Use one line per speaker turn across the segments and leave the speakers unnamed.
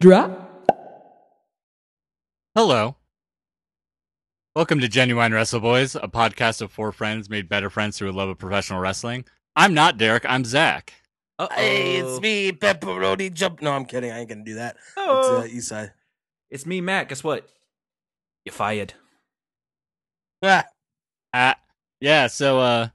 Drop.
Hello. Welcome to Genuine Wrestle Boys, a podcast of four friends made better friends through a love of professional wrestling. I'm not Derek, I'm Zach.
Hey, it's me, pepperoni jump. No, I'm kidding. I ain't gonna do that.
Oh.
It's uh, East Side.
It's me, Matt. Guess what? You fired.
Ah,
Uh, yeah, so uh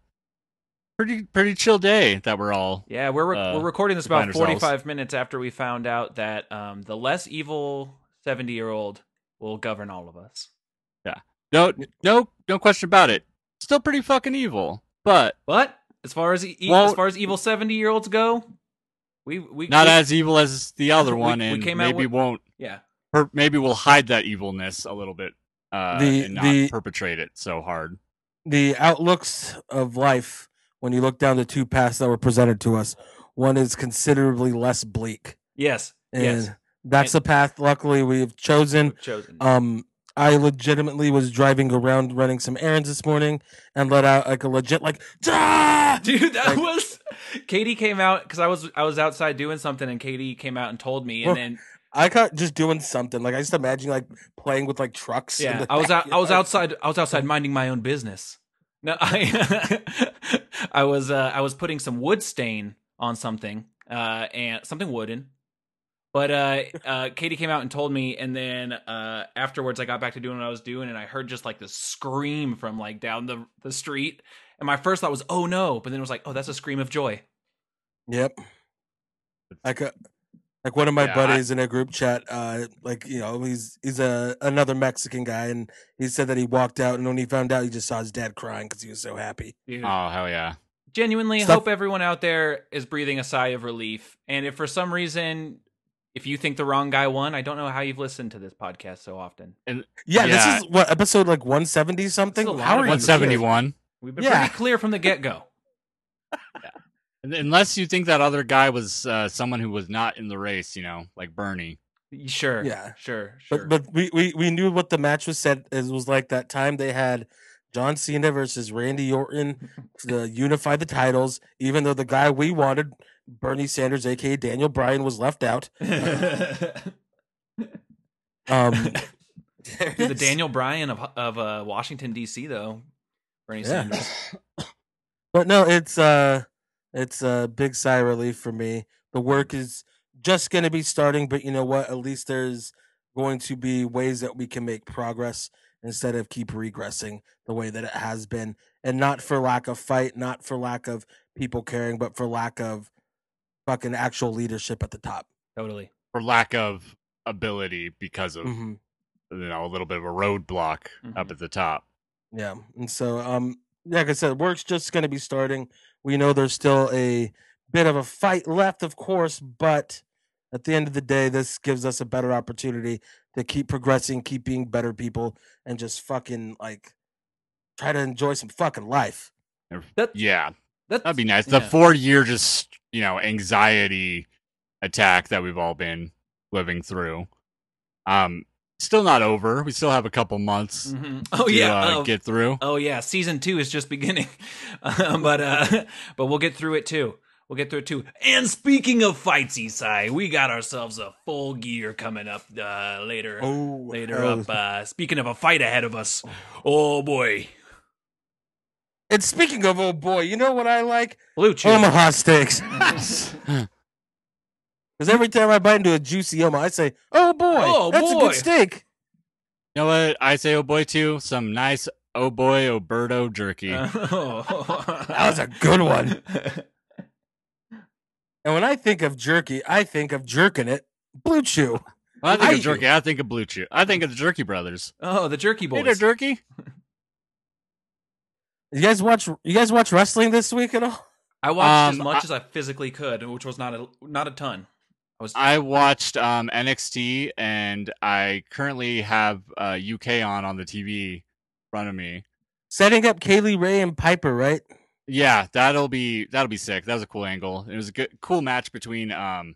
pretty pretty chill day that we're all.
Yeah, we're rec-
Uh,
we're recording this
we find
about
ourselves.
45 minutes after we found out that um, the less evil 70 year old will govern all of us.
No no no question about it. Still pretty fucking evil. But
But as far as e- e-
Well-
as far as evil 70 year olds go, we we
not
we-
as evil as the other
We-
one
we
and
came out
maybe
with-
won't
yeah.
per- maybe we'll hide that evilness a little bit uh
The-
and not
the-
perpetrate it so hard.
the outlooks of life when you look down the two paths that were presented to us. One is considerably less bleak,
Yes.
and
yes.
that's the path. Luckily, we've chosen.
We've chosen.
Um, I legitimately was driving around running some errands this morning and let out like a legit like. "Ah!"
Dude, that
like-
was Katie came out because I was I was outside doing something and Katie came out and told me
Well,
and then
I caught just doing something like I just imagine like playing with like trucks. in
Yeah,
the
I was out, I was
backyard.
outside. I was outside minding my own business. No, I, I was, uh, I was putting some wood stain on something, uh, and something wooden. But uh, uh, Katie came out and told me, and then uh, afterwards, I got back to doing what I was doing, and I heard just like this scream from like down the the street, and my first thought was, "Oh no!" But then it was like, "Oh, that's a scream of joy."
Yep. Like a, like one of my
Yeah, I-
buddies in a group chat, uh, like you know, he's he's a another Mexican guy, and he said that he walked out, and when he found out, he just saw his dad crying because he was so happy.
Dude.
Oh hell yeah.
genuinely
Stuff-
hope everyone out there is breathing a sigh of relief. And if for some reason, if you think the wrong guy won, I don't know how you've listened to this podcast so often.
Yeah,
Yeah.
this is what episode like one seventy something.
a lot
How
of
are you?
One seventy one.
We've been
Yeah.
pretty clear from the get go.
Unless you think that other guy was uh, someone who was not in the race, you know, like Bernie.
sure.
Yeah.
Sure. Sure.
But but we, we we knew what the match was said. It was like that time they had John Cena versus Randy Orton to unify the titles, even though the guy we wanted, Bernie Sanders, aka Daniel Bryan, was left out. Um, there
Dude, the
it is.
Daniel Bryan of of uh, Washington D.C. though, Bernie
Yeah.
Sanders.
But no, it's uh it's a big sigh of relief for me. The work is just gonna be starting, but you know what? At least there's going to be ways that we can make progress instead of keep regressing the way that it has been. And not for lack of fight, not for lack of people caring, but for lack of fucking actual leadership at the top.
Totally.
for lack of ability because of
hmm
you know a little bit of a roadblock up
Mhm.
at the top.
Yeah. And so um like I said, work's just gonna be starting. We know there's still a bit of a fight left, of course, but at the end of the day, this gives us a better opportunity to keep progressing, keep being better people, and just fucking like try to enjoy some fucking life.
That,
Yeah,
that's,
that'd be nice. The
yeah.
four year just you know anxiety attack that we've all been living through. Um, still not over. We still have a couple months
Mhm. Oh
to
yeah.
uh,
oh,
get through.
Oh yeah, season two is just beginning, um, but uh, but we'll get through it too. We'll get through it too. And speaking of fights, Isai, we got ourselves a full gear coming up uh, later.
Oh,
later up. Uh, speaking of a fight ahead of us, oh boy,
and speaking of old boy, you know what I like?
blue chew.
Omaha steaks.
Huh.
Because every time I bite into a juicy Omaha, I say, "Oh boy,
Oh,
that's a
boy."
good steak."
you know what I say? Oh boy, too. Some nice oh boy, Oberto jerky.
Uh,
That was a good one. And when I think of jerky, I think of jerking it. Blue Chew.
When I think
I-
of jerky. I think of Blue Chew. I think of the Jerky Brothers.
oh, the jerky
Hey there,
boys.
Jerky.
You guys watch? You guys watch wrestling this week at all?
I watched as
Um,
much
I-
as I physically could, which was not a not a ton. I was
I watched um, NXT, and I currently have uh, UK on on the TV in front of me.
Setting up Kaylee Ray and Piper, right?
Yeah, that'll be that'll be sick. That was a cool angle. It was a good, cool match between um,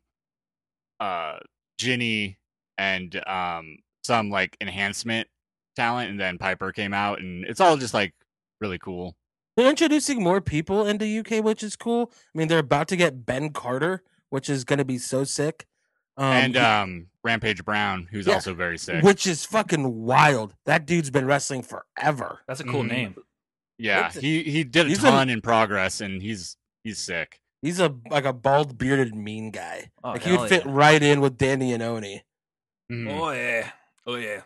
uh, Ginny and um, some like enhancement talent, and then Piper came out, and it's all just like really cool.
They're introducing more people into UK, which is cool. I mean, they're about to get Ben Carter, which is going to be so sick. Um,
and um, Rampage Brown, who's
Yeah.
also very sick.
which is fucking wild. That dude's been wrestling forever.
That's a cool
Mhm.
name.
yeah,
it's a-
he he did a
he's been-
ton in progress, and he's he's sick.
He's a like a bald bearded mean guy.
Oh,
like he would
hell
fit
yeah.
right in with Danny and Oni. Mm-hmm.
Mhm.
Oh yeah. Oh yeah.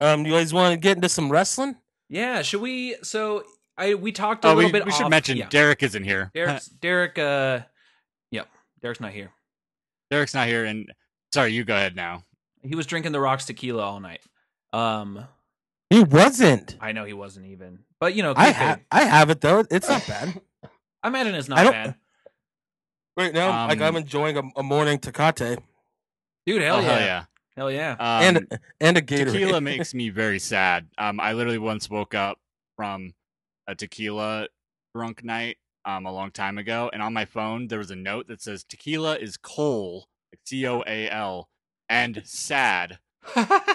Um, you guys want to get into some wrestling?
Yeah. Should we? So I we talked a
Oh,
little
we,
bit.
we should
off-
mention
yeah.
Derek isn't here.
Derek's, Derek. Uh, yep. Derek's not here.
Derek's not here, and sorry, you go ahead now.
He was drinking the rocks tequila all night. Um,
He wasn't.
I know he wasn't even, but you know,
I
kayfabe.
have I have it though. It's not bad.
I imagine it's
I
not
don't-
bad,
Right now, like
Um,
I'm enjoying a, a morning Tecate
dude. Hell,
oh
yeah.
hell yeah!
Hell yeah.
Um,
and and a Gatorade.
tequila makes me very sad. Um, I literally once woke up from a tequila drunk night um, a long time ago, and on my phone there was a note that says tequila is coal, C O A L, and sad. Uh,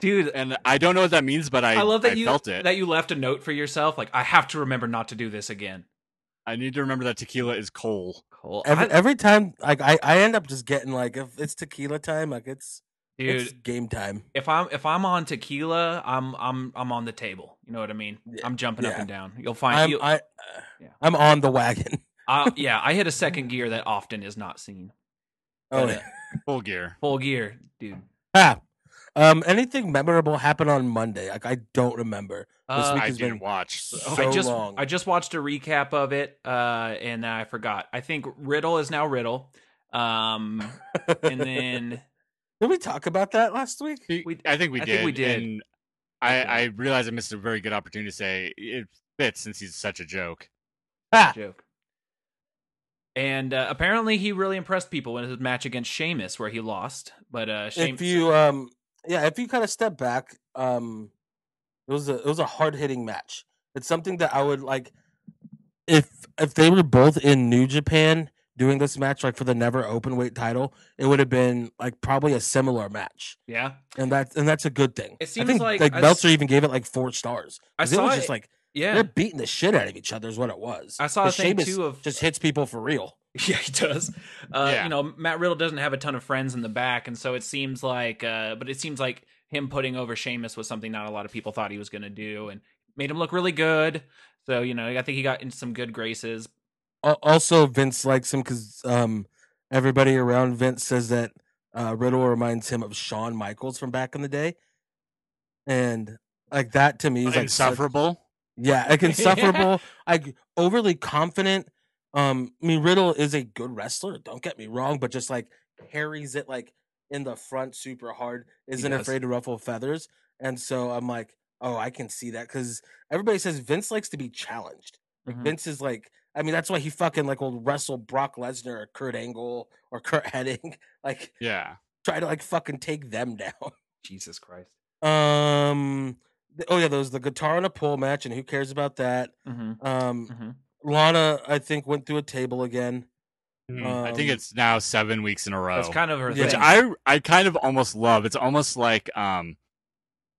Dude,
And I don't know what that means, but I,
I, love that you
felt it.
that you left a note for yourself. Like I have to remember not to do this again.
I need to remember that tequila is coal.
Cool,
every
I-
every time, like I I end up just getting like if it's tequila time, like it's
dude.
it's game time.
if I'm if I'm on tequila, I'm I'm I'm on the table. You know what I mean?
Yeah.
I'm jumping up
Yeah.
and down. You'll find.
I'm
you,
I,
Yeah.
I'm on the wagon.
I- yeah, I hit a second gear that often is not seen.
Oh,
But, uh,
yeah.
Full gear.
Full gear, dude.
Ah. Um, anything memorable happened on Monday? Like I don't remember.
Uh,
week
I
has been
didn't watch. So.
so
I just
long.
I just watched a recap of it, uh, and I forgot. I think Riddle is now Riddle. Um, and then
Did we talk about that last week?
we-
I think we
I
did.
think we did.
And I,
Okay.
I realized I missed a very good opportunity to say it fits since he's such a joke.
Ah,
joke. And uh, apparently, he really impressed people in his match against Sheamus, where he lost. But uh,
if
Sheamus,
you um, yeah, if you kind of step back, um, it was a it was a hard hitting match. It's something that I would like if if they were both in New Japan doing this match, like for the never open weight title, it would have been like probably a similar match,
yeah,
and that's and that's a good thing.
It
I
seems
think,
like-
like
I s-
Meltzer even gave it like four stars.
I
'cause it
saw
was
it.
just like
yeah,
they're beating the shit out of each other is what it was.
I saw a
But
thing
Sheamus
too of
just hits people for real.
Yeah, he does. Uh,
Yeah.
You know, Matt Riddle doesn't have a ton of friends in the back, and so it seems like, uh, but it seems like him putting over Sheamus was something not a lot of people thought he was going to do, and made him look really good. So you know, I think he got into some good graces.
Al- Also, Vince likes him because um, everybody around Vince says that uh, Riddle reminds him of Shawn Michaels from back in the day, and like that to me is like such-
Insufferable.
yeah, like
Yeah.
insufferable, like overly confident. Um, I mean Riddle is a good wrestler. Don't get me wrong, but just like carries it like in the front super hard. Isn't
does.
afraid to ruffle feathers, and so I'm like, oh, I can see that because everybody says Vince likes to be challenged.
Mm-hmm.
Vince is like, I mean, that's why he fucking like will wrestle Brock Lesnar or Kurt Angle or Kurt Hennig, like
Yeah.
try to like fucking take them down.
Jesus Christ.
Um, th- oh yeah, there was the guitar on a pole match, and who cares about that?
Mm-hmm.
Um,
Mm-hmm.
Lana, I think, went through a table again.
I think
Um,
it's now seven weeks in a row,
Hmm. That's kind of her
Yeah.
which
thing.
I I kind of almost love. It's almost like um,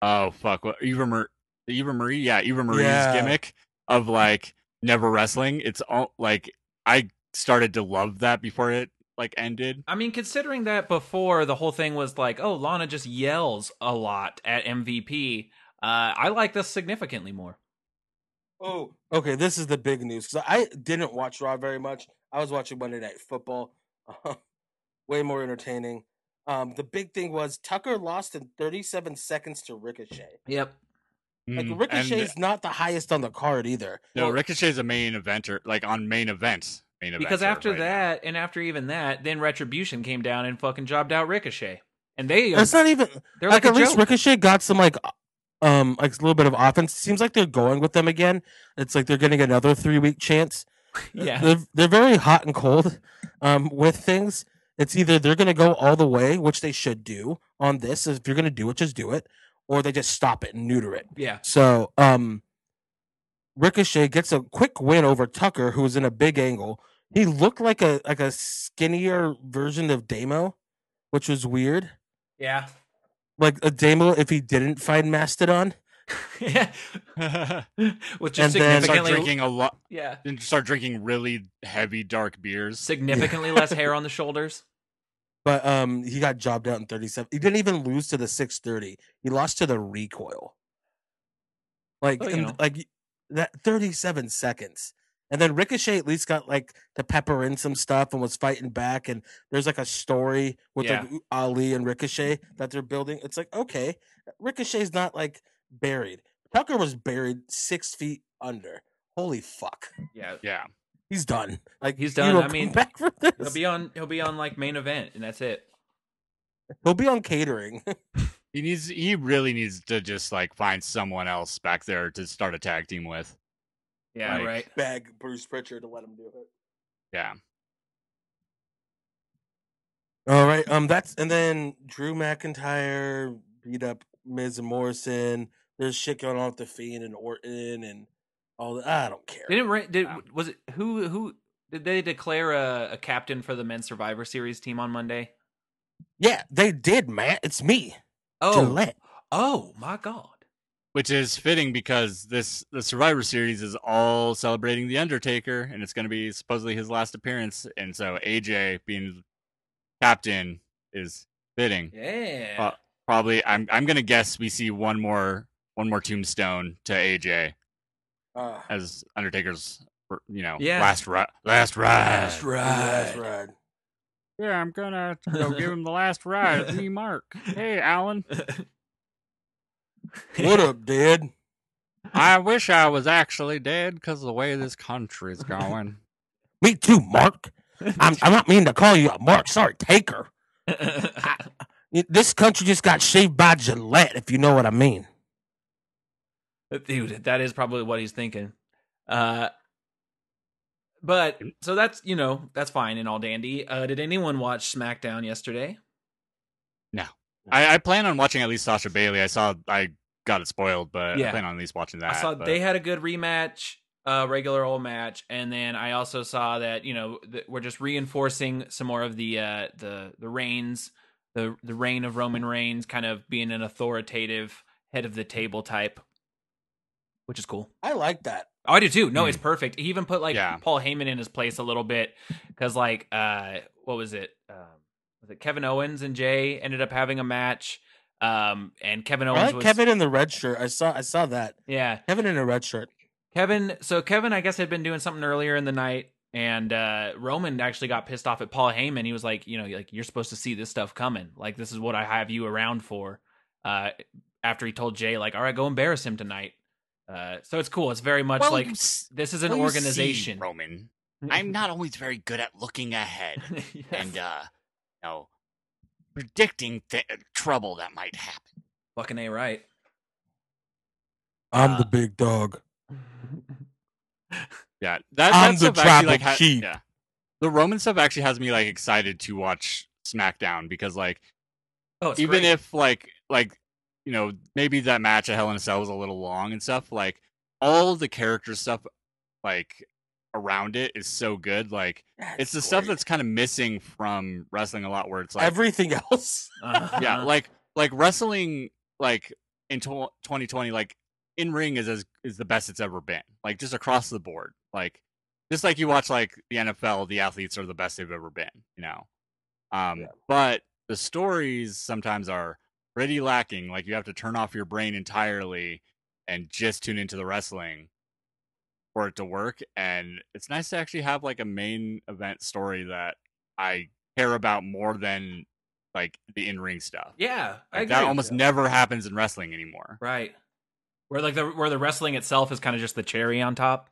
oh fuck, what Eva Mar- the Eva Marie, yeah, Eva Marie's
Yeah.
gimmick of like never wrestling. It's all like I started to love that before it like ended.
I mean, considering that before the whole thing was like, oh, Lana just yells a lot at MVP. Uh, I like this significantly more.
Oh, okay, this is the big news because I didn't watch Raw very much. I was watching Monday Night Football, way more entertaining. Um, the big thing was Tucker lost in 37 seconds to Ricochet.
Yep. Hmm.
Mm,
Like
and-
Ricochet's not the highest on the card either.
no,
well-
Ricochet's a main eventer, like on main event, main event.
because after that and after even that then retribution came down and fucking jobbed out ricochet and they
That's not even
they're
like,
like,
at
a
least
joke.
Ricochet got some like um like a little bit of offense. Seems like they're going with them again. It's like they're getting another three week chance.
yeah
They're they're very hot and cold um with things. It's either they're gonna go all the way, which they should do on this. If you're gonna do it, just do it, or they just stop it and neuter it.
yeah
So, um, Ricochet gets a quick win over Tucker, who was in a big angle. He looked like a like a skinnier version of Damo, which was weird.
yeah
Like a Damo if he didn't find Mastodon,
yeah, with just
And
start
then-
significantly,
drinking a lot
yeah,
and start drinking really heavy dark beers.
significantly less hair on the shoulders.
But um, he got jobbed out in 37. He didn't even lose to the 630. He lost to the recoil. Like,
Well, Oh, you
and,
know.
like that 37 seconds. And then Ricochet at least got like to pepper in some stuff and was fighting back. And there's like a story with
Yeah.
like, Ali and Ricochet that they're building. It's like, okay, Ricochet's not like buried. Tucker was buried six feet under. Holy fuck.
Yeah,
Yeah.
He's done. Like
He's
he
done.
will
I
come
mean,
back from this.
he'll be on. He'll be on like main event, and that's it.
he'll be on catering.
He needs he really needs to just like find someone else back there to start a tag team with.
Yeah,
Like-
right.
beg Bruce Pritchard to let him do it.
Yeah.
All right. Um. That's and then Drew McIntyre beat up Miz and Morrison. There's shit going on with the Fiend and Orton and all that. I don't care.
Didn't Ra- did
Um,
was it who who did they declare a, a captain for the men's Survivor Series team on Monday?
yeah, they did, Matt. It's me.
Oh,
Gillette.
oh my God!
Which is fitting because this the Survivor series is all celebrating the Undertaker and it's gonna be supposedly his last appearance. And so AJ being captain is fitting.
Yeah,
Uh, Probably I'm I'm gonna guess we see one more one more tombstone to AJ
Uh,
as Undertaker's you know
Yeah.
last ri- last ride.
Last
the last ride.
Yeah, I'm gonna
you know, give
him the last ride.
It's me,
Mark. Hey, Alan.
What up, dude?
I wish I was actually dead because the way this country's going.
Me too, Mark. I'm, I'm not meaning to call you out, Mark. Sorry, Taker. Y- This country just got shaved by Gillette, if you know what I mean.
dude that is probably what he's thinking uh but so that's you know that's fine and all dandy uh did anyone watch smackdown yesterday
I, I plan on watching at least Sasha Bailey. I saw I got it spoiled, but
Yeah.
I plan on at least watching that.
i saw
but-
they had a good rematch uh regular old match and then i also saw that you know th- we're just reinforcing some more of the uh the the reigns the the reign of roman reigns kind of being an authoritative head of the table type which is cool
I like that.
Oh, I do too. No,
Hmm.
it's perfect. He even put like
Yeah.
Paul Heyman in his place a little bit because like uh what was it? Um, was it Kevin Owens and Jay ended up having a match? Um, and Kevin Owens
I like
was
Kevin in the red shirt. I saw I saw that.
yeah
Kevin in a red shirt.
Kevin. So Kevin, I guess had been doing something earlier in the night, and uh Roman actually got pissed off at Paul Heyman. He was like, you know, like you're supposed to see this stuff coming. Like this is what I have you around for. Uh, after he told Jay like, all right, go embarrass him tonight. Uh, so it's cool. It's very much
Well,
like
you s-
this is an
well, you see,
organization.
Roman. I'm not always very good at looking ahead
Yes.
and uh, you know, predicting th- trouble that might happen.
Fucking a right.
I'm
Uh,
the big dog.
Yeah, that, that
I'm the
stuff actually,
tribal
like, ha-
chief.
Yeah. The Roman stuff actually has me like excited to watch SmackDown because like
Oh, it's
even
great.
if like like you know maybe that match at Hell in a Cell was a little long and stuff like all the character stuff like around it is so good like it's the stuff that's kind of missing from wrestling a lot where it's like
everything else.
Uh-huh.
yeah like like wrestling like in tw 2020 like in ring is as is the best it's ever been like just across the board like just like you watch like the nfl the athletes are the best they've ever been you know um
Yeah.
but the stories sometimes are pretty lacking like you have to turn off your brain entirely and just tune into the wrestling for it to work and it's nice to actually have like a main event story that i care about more than like the in-ring stuff
yeah, I
like,
agree.
that almost never happens in wrestling anymore.
right. Where like the where the wrestling itself is kind of just the cherry on top.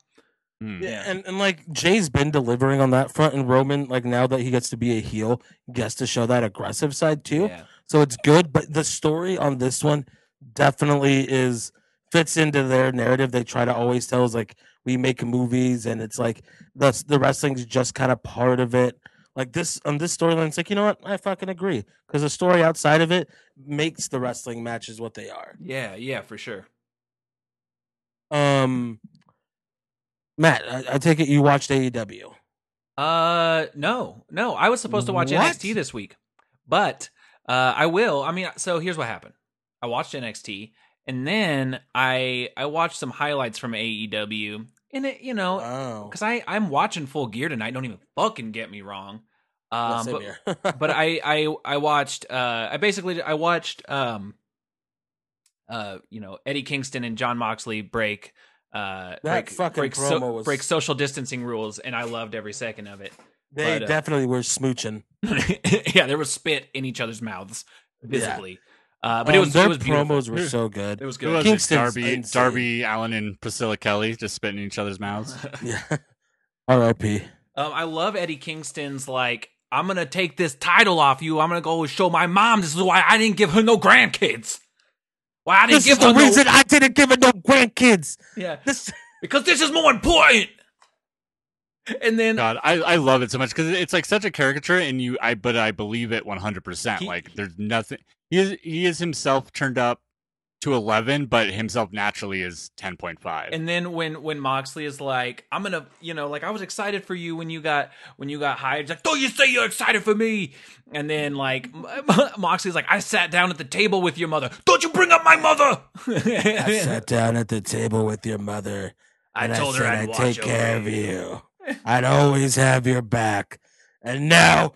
Hmm.
Yeah,
Yeah.
and and like Jay's been delivering on that front, and Roman like now that he gets to be a heel, gets to show that aggressive side too.
Yeah.
So it's good, but the story on this one definitely is fits into their narrative they try to always tell is like we make movies and it's like the the wrestling's just kind of part of it. Like this on this storyline, it's like, you know what? I fucking agree. Because the story outside of it makes the wrestling matches what they are.
Yeah, yeah, for sure.
Um Matt, I, I take it you watched E AEW.
Uh no. No, I was supposed to watch
What?
NXT this week. But uh I will. I mean, so here's what happened. I watched NXT And then I I watched some highlights from AEW, and it you
Oh,
know
Wow.
because I I'm watching Full Gear tonight. Don't even fucking get me wrong.
Yeah,
Um,
same
but,
here.
but I I I watched uh I basically I watched um uh you know Eddie Kingston and John Moxley break uh break
fucking
break,
promo was-
break social distancing rules and I loved every second of it.
they
but, uh,
definitely were smooching.
yeah, there was spit in each other's mouths visibly. Uh but it
Um,
was
their
it was beautiful.
promos were so good.
It was
Who
good.
was
Kingston's
it? Darby,
insane.
Darby Allen, and Priscilla Kelly just spitting in each other's mouths.
Yeah. R.I.P.
Um, I love Eddie Kingston's like, I'm gonna take this title off you. I'm gonna go show my mom. This is why I didn't give her no grandkids. Why I didn't
This
give
is the
her no-
reason I didn't give it no grandkids.
yeah,
This
because this is more important. And then
God, I, I love it so much because it's like such a caricature, and you I but I believe it one hundred percent.
He-
Like there's nothing. He is he is himself turned up to eleven, but himself naturally is ten point five.
And then when when Moxley is like, I'm gonna, you know, like I was excited for you when you got when you got hired. He's like, don't you say you're excited for me? And then like M- M- Moxley's like, I sat down at the table with your mother. Don't you bring up my mother?
I sat down at the table with your mother.
I
and
told
I
her
said,
I'd
I'd
watch
take
over
care of you. I'd always have your back. And now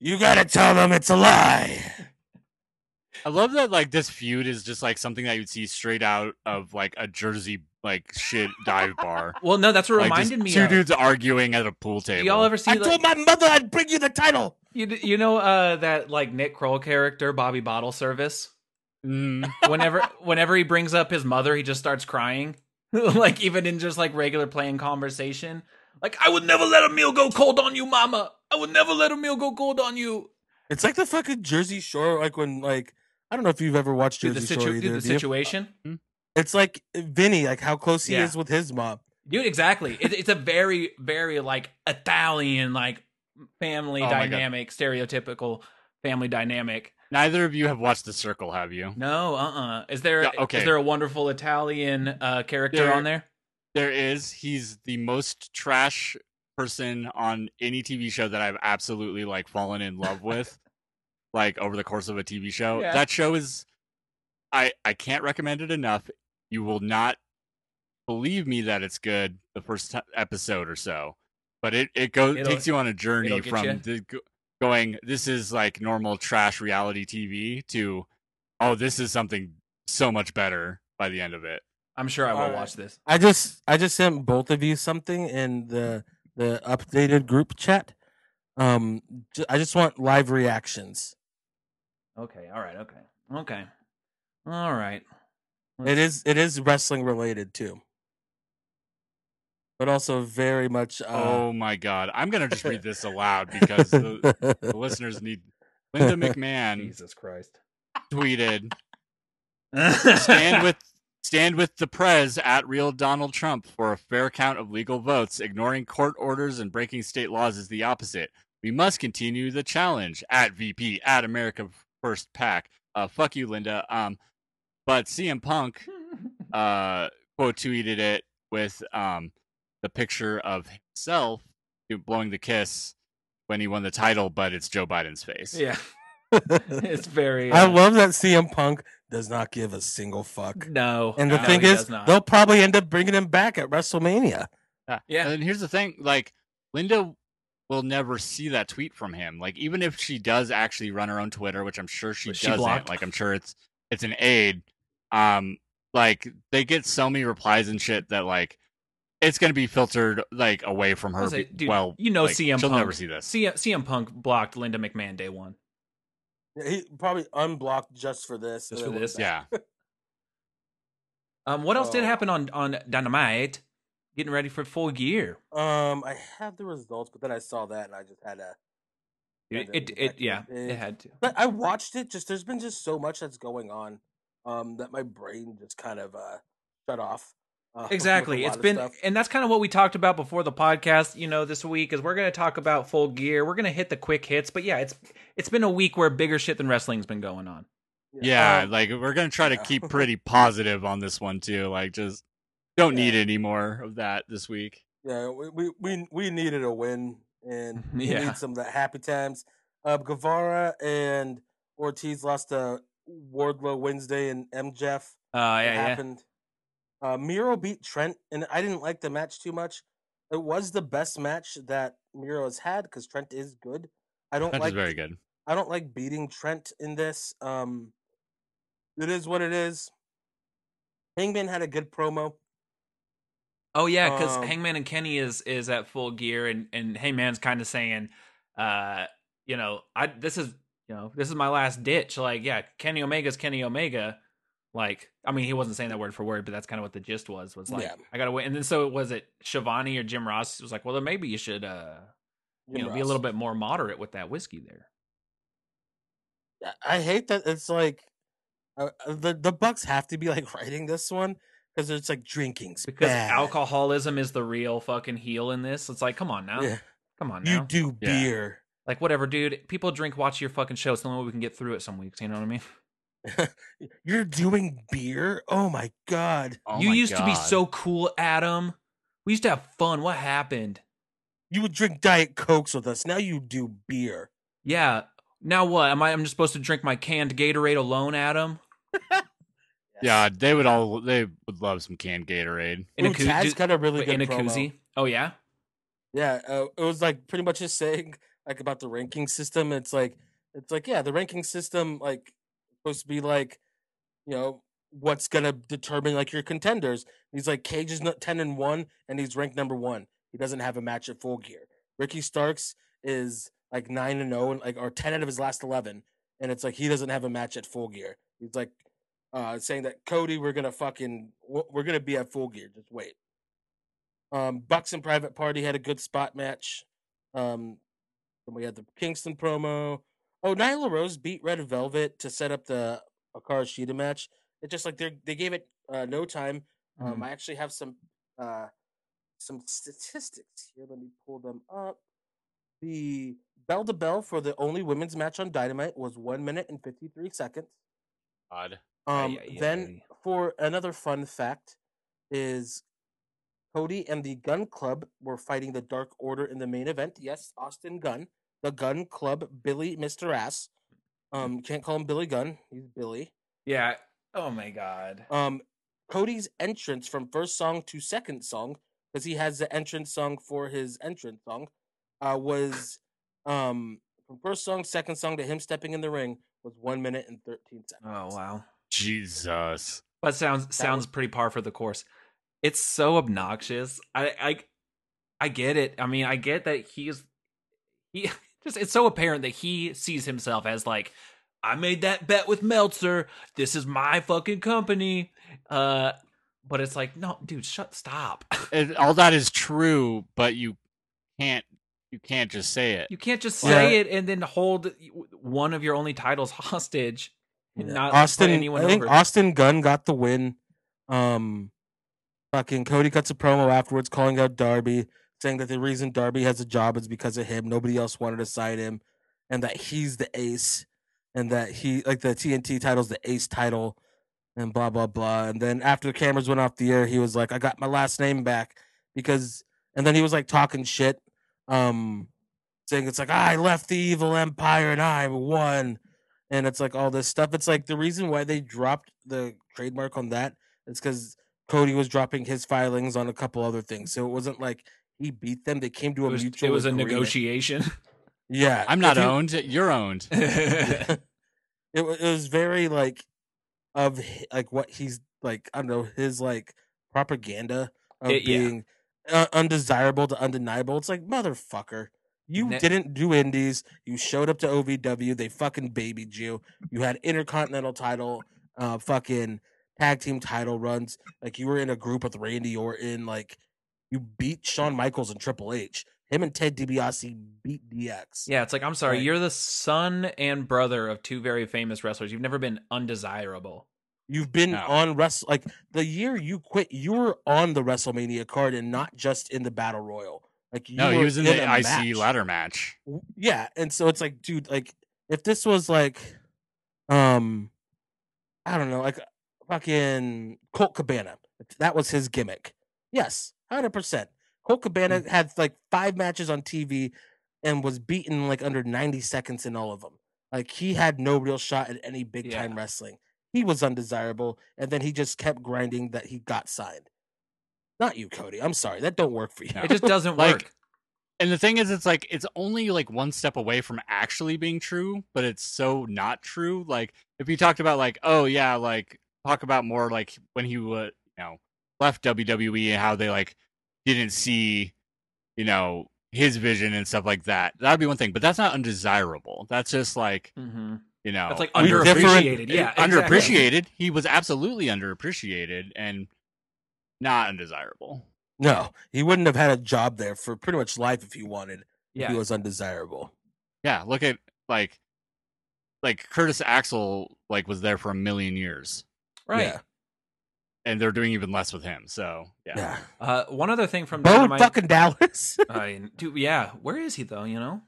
you gotta tell them it's a lie.
I love that like this feud is just like something that you'd see straight out of like a Jersey like shit dive bar.
Well, no, that's what
Like, just
reminded me.
two
of.
dudes arguing at a pool table.
Do y'all ever see
I
like,
told my mother I'd bring you the title.
you, d- you know uh, that like Nick Kroll character Bobby Bottle Service?
Mm.
Whenever whenever he brings up his mother, he just starts crying, like even in just like regular plain conversation. Like I would never let a meal go cold on you, Mama. I would never let a meal go cold on you.
It's like the fucking Jersey Shore, like when like I don't know if you've ever watched
Dude, the,
Jersey Shore
situ-
either.
dude, the
do you?
situation,
It's like Vinny, like how close he
Yeah.
is with his mom.
dude. Exactly. It, it's a very very like Italian like family
Oh my God.
dynamic, stereotypical family dynamic.
Neither of you have watched The Circle, have you?
No, uh, uh Is there
Yeah, okay.
is there a wonderful Italian uh character
There-
on there?
There is. He's the most trash person on any TV show that I've absolutely like fallen in love with, like over the course of a TV show.
Yeah.
That show is, I I can't recommend it enough. You will not believe me that it's good the first t- episode or so, but it it goes
It'll-
takes you on a journey
it'll get
from
ya.
the, go- going this is like normal trash reality TV to oh this is something so much better by the end of it.
I'm sure I will
Alright.
watch this.
I just I just sent both of you something in the the updated group chat. Um, ju- I just want live reactions.
Okay, all right, okay. Okay. All right.
It is it is wrestling related too, but also very much. Uh,
Oh my god. I'm gonna just read this aloud because the, the listeners need Linda McMahon
Jesus Christ.
tweeted stand with stand with the prez at real Donald Trump for a fair count of legal votes. Ignoring court orders and breaking state laws is the opposite. We must continue the challenge at VP at America First Pack. Uh fuck you, Linda. Um but CM Punk uh, quote tweeted it with um, the picture of himself blowing the kiss when he won the title, but it's Joe Biden's face.
Yeah. It's very
I
uh,
love that CM Punk does not give a single fuck.
No.
And the
no,
thing
he
is,
does not.
they'll probably end up bringing him back at WrestleMania.
Yeah.
And here's the thing: like Linda will never see that tweet from him. Like even if she does actually run her own Twitter, which I'm sure she
Which she
doesn't.
blocked.
like I'm sure it's it's an aid. Um, like they get so many replies and shit that like it's gonna be filtered like away from
I
her.
was like,
be-
dude,
well,
you know
like,
CM
she'll
Punk.
never see this.
C- CM Punk blocked Linda McMahon day 1.
He probably unblocked just for this.
Just
and
for
then went
this?
back.
Yeah.
Um what else did
Oh.
happen on on Dynamite? Getting ready for full gear.
Um, I have the results, but then I saw that and I just had to. Yeah,
It
then
it,
get
it
back to
yeah,
the
it
page.
had to.
But I watched it. Just there's been just so much that's going on, um, that my brain just kind of uh shut off. uh, with a
Exactly.
lot
It's
of
been,
stuff.
and that's kind of what we talked about before the podcast. You know, this week is we're going to talk about full gear. We're going to hit the quick hits, but yeah, it's it's been a week where bigger shit than wrestling's been going on.
Yeah,
um,
like we're gonna try to
yeah.
keep pretty positive on this one too. Like, just don't need
Yeah.
any more of that this week.
Yeah, we we we, we needed a win, and we
Yeah.
need some of that happy times. Uh, Guevara and Ortiz lost to Wardlow Wednesday and MJF.
Oh
that
yeah, yeah.
happened. Uh, Miro beat Trent, and I didn't like the match too much. It was the best match that Miro has had because Trent is good. I don't
That
like
is very good.
I don't like beating Trent in this. Um, it is what it is. Hangman had a good promo.
Oh yeah, because
Um,
Hangman and Kenny is is at full gear, and and Hangman's kind of saying, uh, you know, I this is you know this is my last ditch. Like, yeah, Kenny Omega's Kenny Omega. Like, I mean, he wasn't saying that word for word, but that's kind of what the gist was. Was like,
Yeah.
I gotta wait. And then so was it Shivani or Jim Ross was like, well, then maybe you should, uh, you know, be a little bit more moderate with that whiskey there.
I- I hate that it's like uh, uh, the the Bucks have to be like writing this one because it's like drinking's
Because
bad.
alcoholism is the real fucking heel in this. It's like, come on now,
Yeah,
come on
you
now.
do
Yeah.
beer.
Like, whatever, dude. People drink, watch your fucking show. It's the only way we can get through it some weeks. You know what I mean?
You're doing beer. Oh my god!
Oh
you
my
used to be
God.
so cool, Adam. We used to have fun. What happened?
You would drink diet cokes with us. Now you do beer.
Yeah. Now what? Am I? I'm just supposed to drink my canned Gatorade alone, Adam?
Yeah, they would all. They would love some canned Gatorade.
In
Ooh,
a, coo-
Taz
did-
got a really
wait,
good
in a
promo.
koozie? Oh yeah.
Yeah, uh, it was like pretty much just saying like about the ranking system. It's like it's like yeah, the ranking system like supposed to be like you know what's gonna determine like your contenders. He's like Cage is not ten and one, and he's ranked number one. He doesn't have a match at Full Gear. Ricky Starks is like nine and zero, and like or ten out of his last eleven, and it's like he doesn't have a match at Full Gear. He's like uh, saying that Cody, we're gonna fucking we're we're gonna be at Full Gear. Just wait. Um, Bucks and Private Party had a good spot match. Um, then we had the Kingston promo. Oh, Nyla Rose beat Red Velvet to set up the Akara Shida match. It just like they are they gave it uh, no time.
Mm-hmm.
Um,
Mm.
I actually have some uh, some statistics here. Let me pull them up. The bell to bell for the only women's match on Dynamite was one minute and fifty three seconds.
God.
Ay,
Um,
ay,
then
ay.
for another fun fact is Cody and the Gun Club were fighting the Dark Order in the main event. Yes, Austin Gunn, the Gun Club, Billy Mr. Ass.
Mm-hmm.
Um, can't call him Billy Gunn. He's Billy.
Yeah. Oh my god.
Um, Cody's entrance from first song to second song, because he has the entrance song for his entrance song, uh, was um from first song, second song to him stepping in the ring was one minute and thirteen seconds.
Oh wow.
Jesus.
But sounds sounds
was-
pretty par for the course. It's so obnoxious. I I I get it. I mean, I get that he's he just it's so apparent that he sees himself as like I made that bet with Meltzer. This is my fucking company. Uh but it's like, no, dude, shut stop.
It, all that is true, but you can't. You can't just say it.
you can't just
Yeah.
say it and then hold one of your only titles hostage and
Yeah.
not
Austin,
put anyone
I think
over.
Austin Gunn got the win. Um, fucking Cody cuts a promo afterwards, calling out Darby, saying that the reason Darby has a job is because of him. Nobody else wanted to sign him, and that he's the ace, and that he like the TNT title's the ace title, and blah blah blah. And then after the cameras went off the air, he was like, "I got my last name back," because, and then he was like talking shit, um, saying it's like I left the evil empire and I won and it's like all this stuff. It's like the reason why they dropped the trademark on that is because Cody was dropping his filings on a couple other things, so it wasn't like he beat them. They came to
it
a
was,
mutual.
it was a
agreement.
negotiation.
Yeah,
I'm not
if you-
owned. You're owned.
it, wa- it was very like of h- like what he's like. I don't know his like propaganda of
It- yeah.
being uh, undesirable to undeniable. It's like motherfucker. You
Ne-
didn't do indies. You showed up to OVW. They fucking babied you. You had intercontinental title, uh, fucking tag team title runs. Like you were in a group with Randy Orton. Like you beat Shawn Michaels and Triple H. Him and Ted DiBiase beat DX.
Yeah, it's like I'm sorry,
Like-
you're the son and brother of two very famous wrestlers. You've never been undesirable.
You've been
No.
on wrestle like the year you quit, you were on the WrestleMania card and not just in the Battle Royal. Like you
No, he
were
was in,
a
the IC
match.
ladder match.
W- Yeah, and so it's like, dude, like if this was like, um, I don't know, like fucking Colt Cabana, if that was his gimmick. Yes, hundred percent. Colt Cabana had like five matches on TV and was beaten like under ninety seconds in all of them. Like he had no real shot at any big time
Yeah.
wrestling. he was undesirable, and then he just kept grinding that he got signed. Not you, Cody. I'm sorry, that don't work for you.
It just doesn't
Like,
work.
And the thing is, it's like it's only like one step away from actually being true, but it's so not true. Like if you talked about like, oh yeah, like talk about more like when he was you know left WWE and how they like didn't see you know his vision and stuff like that. That'd be one thing, but that's not undesirable. That's just like
Mm-hmm.
you know
That's like
we different-
underappreciated. Yeah, exactly.
Eh, underappreciated. He was absolutely underappreciated and not undesirable.
No, he wouldn't have had a job there for pretty much life if he wanted. if He
Yeah,
was undesirable.
Yeah, look at like like Curtis Axel like was there for a million years
right.
Yeah.
and they're doing even less with him. So yeah.
yeah.
Uh, one other thing from
Bo
Dynamite.
fucking Dallas.
I, dude, yeah, where is he though? You know?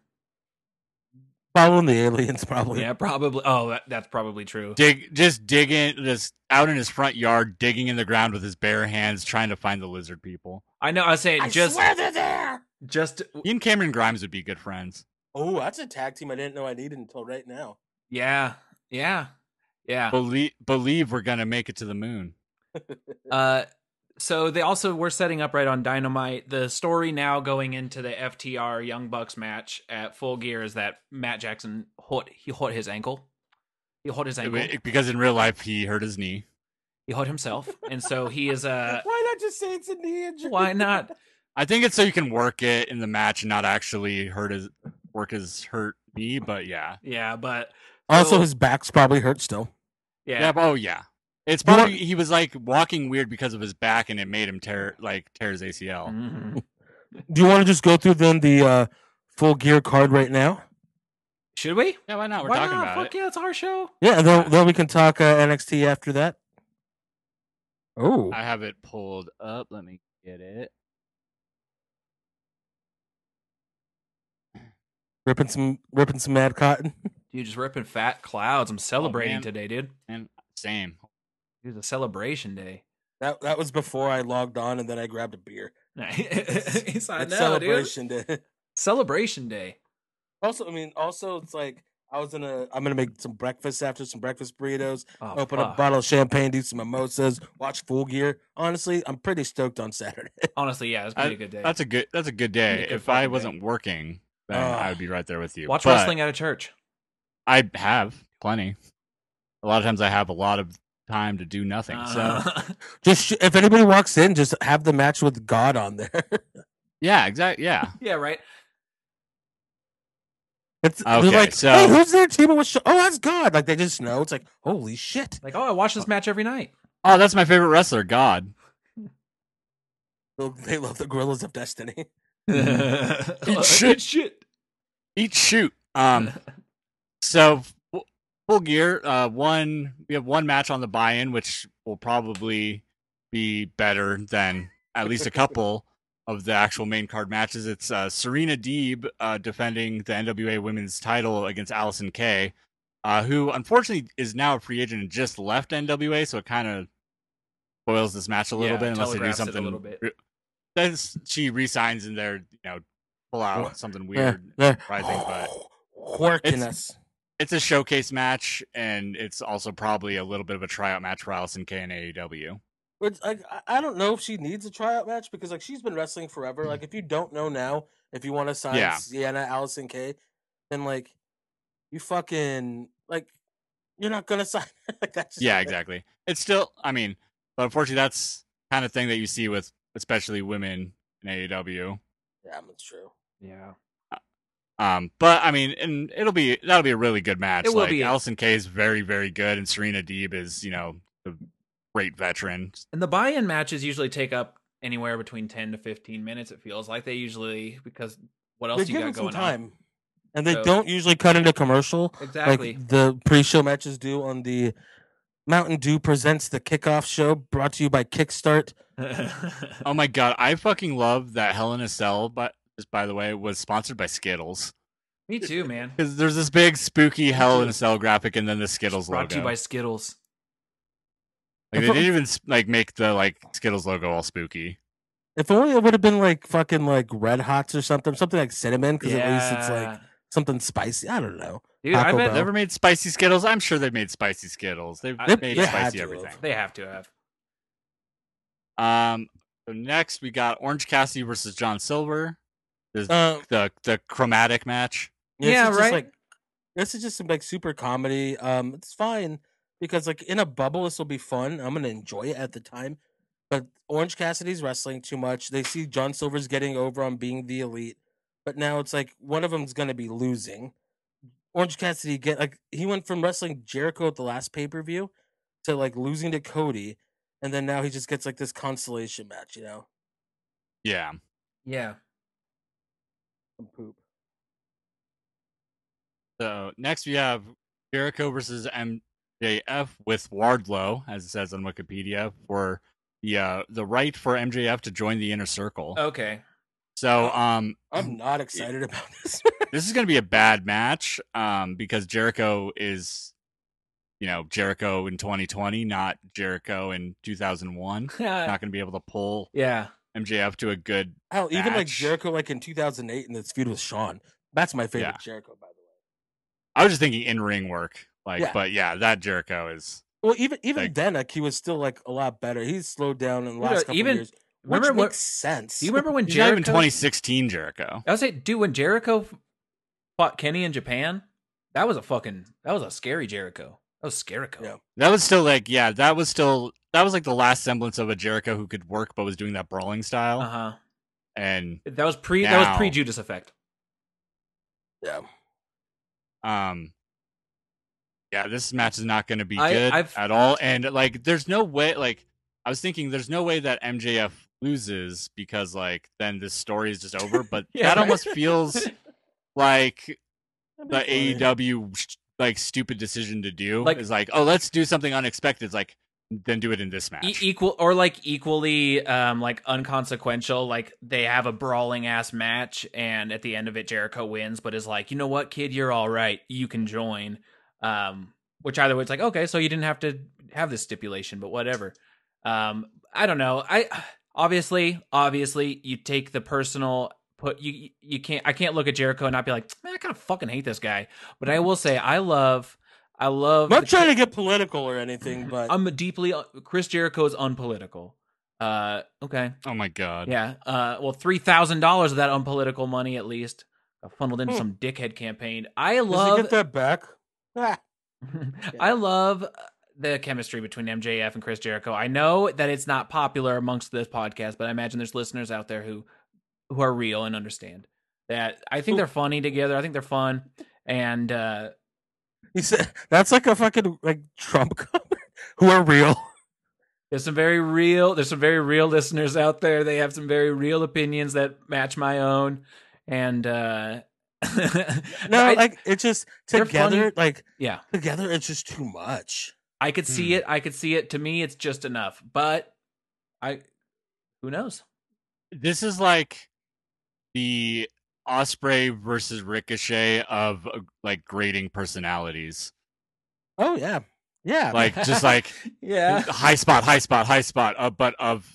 Following the aliens, probably.
Yeah, probably. Oh, that, that's probably true.
Dig just digging just out in his front yard, digging in the ground with his bare hands, trying to find the lizard people.
I know. I was saying
I
just,
swear they're there.
just
He and Cameron Grimes would be good friends.
Oh, that's a tag team I didn't know I needed until right now.
yeah, yeah, yeah.
Believe believe we're gonna make it to the moon.
Uh, so they also were setting up right on Dynamite. The story now going into the FTR Young Bucks match at Full Gear is that Matt Jackson hurt he hurt his ankle. He hurt his ankle.
Because in real life he hurt his knee.
He hurt himself, and so he is uh
why not just say it's a knee injury?
why not?
I think it's so you can work it in the match and not actually hurt his work his hurt knee, but yeah.
Yeah, but
Also,
So-
his back's probably hurt still.
yeah,
Yeah. oh yeah. It's
You want-
probably he was like walking weird because of his back and it made him tear like tear his ACL.
Mhm.
Do you want to just go through then the uh, full gear card right now?
should we?
Yeah, why not? We're
Why
talking
not?
about
Fuck
it.
yeah, it's our show.
Yeah, and then, then we can talk uh, NXT after that. Oh,
I have it pulled up. Let me get it.
ripping some ripping some mad cotton.
Dude, just ripping fat clouds. I'm celebrating
man.
today, dude.
And same.
It was a celebration day.
That that was before I logged on, and then I grabbed a beer.
It's- I
That's
know, dude.
celebration day.
Celebration day.
Also, I mean, also it's like I was gonna I'm gonna make some breakfast after some breakfast burritos,
Oh,
open
fuck.
a bottle of champagne, do some mimosas, watch Full Gear. Honestly, I'm pretty stoked on Saturday.
Honestly, yeah, it was a pretty good day.
That's a good that's a good
Be
day.
a good
if I
fucking day.
wasn't working, then
Ugh.
I would be right there with you.
Watch
But
wrestling at a church.
I have plenty. A lot of times I have a lot of time to do nothing. So
Uh,
Just sh- if anybody walks in, just have the match with God on there.
yeah, exactly. Yeah.
yeah, right.
It's they're
Okay,
like,
so-
hey, who's their team? What's- Oh, that's God! Like they just know. It's like, holy shit!
Like, oh, I watch this match every night.
Oh, that's my favorite wrestler, God.
They- They love the Gorillas of Destiny.
Eat
shit.
shit.
Eat shoot. Um So f- full gear. Uh, one we have one match on the buy-in, which will probably be better than at least a couple of the actual main card matches. It's uh, Serena Deeb uh, defending the NWA Women's Title against Allison Kay, uh, who unfortunately is now a free agent and just left NWA, so it kind of spoils this match a little
Yeah,
bit unless they do
telegraphs it a
something.
little bit.
re- Then she resigns and they're you know pull out
eh.
something
Yeah,
weird.
they're
Rising, but-
working
It's-
us.
it's a showcase match, and it's also probably a little bit of a tryout match for Allison K and E AEW.
Which like I- I don't know if she needs a tryout match because like she's been wrestling forever. Like if you don't know now, if you want to sign
Yeah.
Sienna Allison K, then like you fucking like you're not gonna sign. like that's just
Yeah,
not-
exactly. It's still, I mean, but unfortunately, that's kind of thing that you see with especially women in E AEW.
Yeah, that's true.
Yeah.
Um, but I mean, and it'll be that'll be a really good match.
It will
like
be.
Allison K is very, very good, and Serena Deeb is you know a great veteran.
And the buy-in matches usually take up anywhere between 10 to 15 minutes, it feels like. They usually, because what else
They
do
give
you got
them some
going
time, and they
So-
don't usually cut into commercial
on? Exactly.
like the pre-show matches do on the Mountain Dew presents the kickoff show brought to you by Kickstart.
Oh my god, I fucking love that Hell in a Cell. But just by the way, was sponsored by Skittles
Me too, man.
because there's this big spooky Hell in a Cell graphic, and then the Skittles
Brought to you
logo.
by Skittles.
Like
If
they
it-
didn't even s- like make the like Skittles logo all spooky.
If only it would have been like fucking like Red Hots or something, something like cinnamon, because at least it's like
Yeah.
something spicy. I don't know.
Dude, I
Taco
bet
Bell.
Never made spicy Skittles. I'm sure they've made spicy Skittles. They've
I-
made
They had
spicy
to have.
everything.
they have to have.
Um, so next we got Orange Cassidy versus John Silver,
Uh,
the the chromatic match.
yeah,
Yeah,
it's just
right?
like this is just some like super comedy. Um, it's fine because like in a bubble, this will be fun. I'm gonna enjoy it at the time. But Orange Cassidy's wrestling too much. They see John Silver's getting over on being the elite, but now it's like one of them's gonna be losing. Orange Cassidy get like he went from wrestling Jericho at the last pay per view to like losing to Cody, and then now he just gets like this consolation match, you know,
Yeah.
Yeah.
some poop.
So next we have Jericho versus MJF with Wardlow, as it says on Wikipedia, for the uh, the right for MJF to join the inner circle.
Okay.
So um,
I'm not excited about this.
this is going to be a bad match um, because Jericho is, you know, Jericho in 2020, not Jericho in 2001. Not going to be able to pull
yeah.
MJF to a good.
Hell, even like
match.
Jericho, like in 2008, in this feud with Sean. That's my favorite
Yeah.
Jericho, by the way.
I was just thinking in ring work, like,
Yeah.
but yeah, that Jericho is.
Well, even even
Like-
then, like he was still like a lot better. He's slowed down in the
Dude,
last couple
even-
years, which
Remember
makes
what?
sense.
Do you remember when
He's not
Jericho?
even 2016 Jericho.
I was say, dude, when Jericho fought Kenny in Japan, that was a fucking that was a scary Jericho. That was Scarico.
Yeah.
That was still like, yeah, that was still that was like the last semblance of a Jericho who could work but was doing that brawling style.
Uh huh.
And
That was pre. That was
Now.
pre Judas effect.
yeah,
um yeah this match is not going to be
I-
good
I've-
at all and like there's no way like i was thinking there's no way that mjf loses because like then this story is just over but
Yeah,
that
right.
almost feels like
That'd
the E
be funny.
aew sh- like stupid decision to do
Like-
is like oh let's do something unexpected it's like then do it in this match
E- equal or like equally um like unconsequential like they have a brawling ass match and at the end of it jericho wins but is like you know what kid you're all right you can join um which either way it's like okay so you didn't have to have this stipulation but whatever um i don't know i obviously obviously you take the personal put you you can't i can't look at jericho and not be like man i kind of fucking hate this guy but i will say i love i love
I'm not
the-
trying to get political or anything, but
I'm a deeply uh, Chris Jericho is unpolitical. Uh, okay,
oh my god
yeah. Uh, well, three thousand dollars of that unpolitical money at least got funneled into
Hmm.
some dickhead campaign. I
does he
love,
get that back? Ah,
I love uh, the chemistry between MJF and Chris Jericho. I know that it's not popular amongst this podcast, but I imagine there's listeners out there who who are real and understand that. I think they're funny together. I think they're fun, and uh,
he said that's like a fucking like Trump comment. Who are real?
There's some very real. There's some very real listeners out there. They have some very real opinions that match my own, and uh,
No,
I,
like it's just
they're
together.
funny.
Like
yeah,
together, it's just too much.
I could see
Hmm.
it. I could see it. To me, it's just enough. But I, who knows?
this is like the osprey versus ricochet of uh, like grading personalities
Oh yeah, yeah.
like just like
yeah,
high spot high spot high spot uh, but of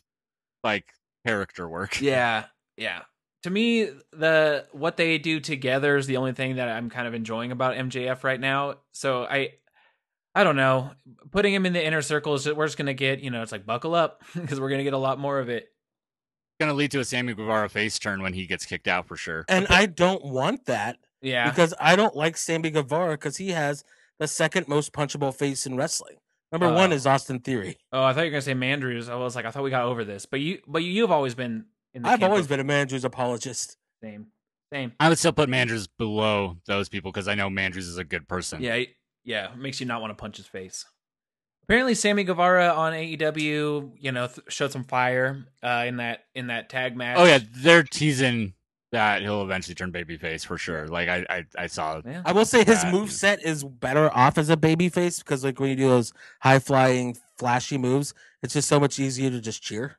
like character work
yeah, yeah. To me, the what they do together is the only thing that I'm kind of enjoying about MJF right now. So I. I don't know. Putting him in the inner circle is we're just gonna get you know it's like buckle up because we're gonna get a lot more of it.
gonna lead to a sammy guevara face turn when he gets kicked out for sure
and I don't want that.
Yeah,
because I don't like Sammy Guevara because he has the second most punchable face in wrestling. Number one
Oh.
is Austin Theory.
Oh, I thought you were gonna say Mandrews. I was like, I thought we got over this, but you, but you, you've always been in the.
I've
camp
always
of
been a manager's apologist.
same, same.
i would still put mandrews below those people because i know mandrews is a good person
Yeah, yeah. Makes you not want to punch his face. Apparently, Sammy Guevara on AEW, you know, th- showed some fire uh, in that in that tag match.
oh yeah they're teasing that he'll eventually turn babyface for sure like i i, I saw
yeah.
I will say his
That-
move set is better off as a babyface because like when you do those high flying flashy moves, it's just so much easier to just cheer.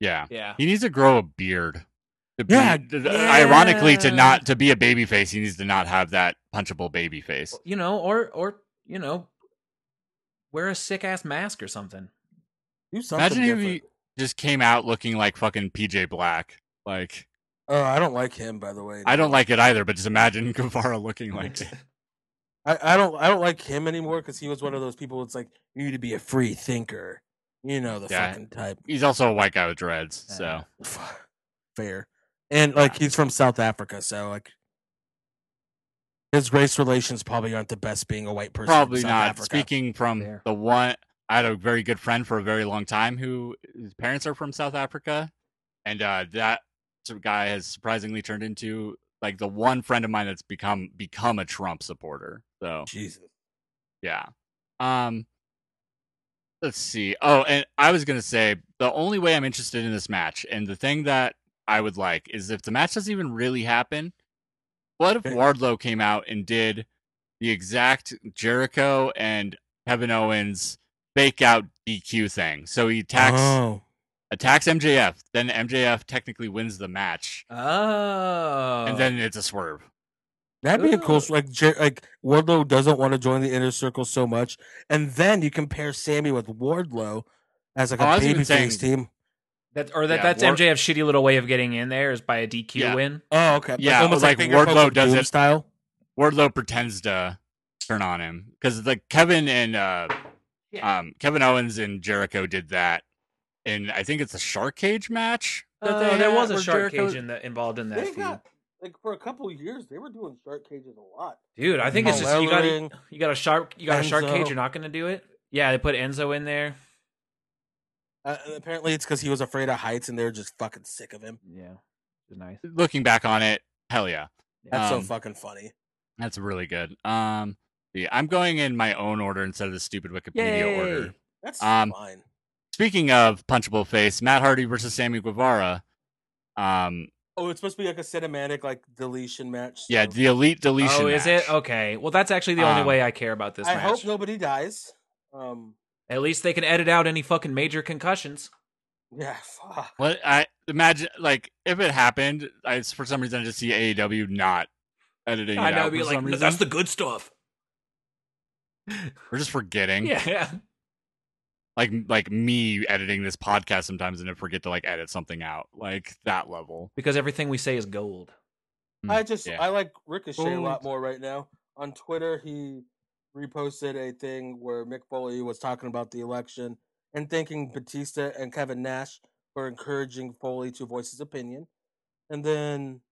yeah
yeah.
He needs to grow a beard. To be,
Yeah,
th- th- Ironically, to
yeah.
not to be a baby face, he needs to not have that punchable baby face.
You know, or or you know, wear a sick ass mask or something.
Do something
Imagine if
different.
he- Just came out looking like fucking PJ Black. Like
Oh, I don't like him by the way.
I don't like it either, but just imagine Guevara looking like. it.
I, I don't I don't like him anymore because he was one of those people. It's like you need to be a free thinker, you know the
Yeah.
fucking type.
He's also a white guy with dreads, so
Fair, and like he's from South Africa, so like his race relations probably aren't the best. Being a white person, from
probably
South
not.
Africa.
Speaking from
Fair.
the one, I had a very good friend for a very long time who his parents are from South Africa, and uh, that sort of guy has surprisingly turned into like the one friend of mine that's become become a Trump supporter. So
Jesus,
Yeah. Um let's see. Oh, and I was going to say the only way I'm interested in this match and the thing that I would like is if the match doesn't even really happen, what if
Okay.
Wardlow came out and did the exact Jericho and Kevin Owens fake out DQ thing. So he attacks
Oh,
attacks MJF, then MJF technically wins the match
Oh.
and then it's a swerve.
that'd be a cool
Ooh.
s- like Jer- like Wardlow doesn't want to join the inner circle so much, and then you compare Sammy with Wardlow as like
Oh, I
a
was even
babyface
saying-
team.
that or that
Yeah,
that's
War-
MJF's shitty little way of getting in there is by a DQ
Yeah.
win.
Oh, okay.
Yeah, like
finger poke
Wardlow
with
does
Doom
it-
style.
Wardlow pretends to turn on him because like Kevin and uh,
Yeah.
um, Kevin Owens and Jericho did that, and I think it's a shark cage match. that
Oh,
they
there
had
was a
where
shark
Jericho-
cage in the, involved in that
They
feud.
got- like for a couple of years they were doing shark cages a lot.
Dude, I think it's just you got to
Hollering.
you got a shark you got a shark cage.
Enzo.
You're not going to do it. Yeah, they put Enzo in there.
Uh, and apparently, it's because he was afraid of heights, and they're just fucking sick of him.
Yeah, it's nice.
Looking back on it, hell yeah,
That's
Um,
so fucking funny.
that's really good. Um, yeah, I'm going in my own order instead of the stupid Wikipedia
Yay.
order.
That's
um,
fine.
Speaking of punchable face, Matt Hardy versus Sammy Guevara. Um,
Oh, it's supposed to be like a cinematic like deletion match.
yeah,
so-
the elite deletion.
Oh, is
match.
it okay? Well, that's actually the only
Um,
way I care about this
I
match.
hope nobody dies. Um,
At least they can edit out any fucking major concussions.
yeah, fuck.
What I imagine, like, if it happened, I s- for some reason I just see AEW not editing it
I know,
out
be
for
like,
some
"No,
reason.
that's the good stuff.
We're just forgetting,
Yeah,
like, like me editing this podcast sometimes and I forget to like edit something out, like that level.
because everything we say is gold. Mm-hmm.
I just
yeah.
I like Ricochet a lot
Boom.
more right now. On Twitter, he reposted a thing where Mick Foley was talking about the election and thanking Batista and Kevin Nash for encouraging Foley to voice his opinion. And then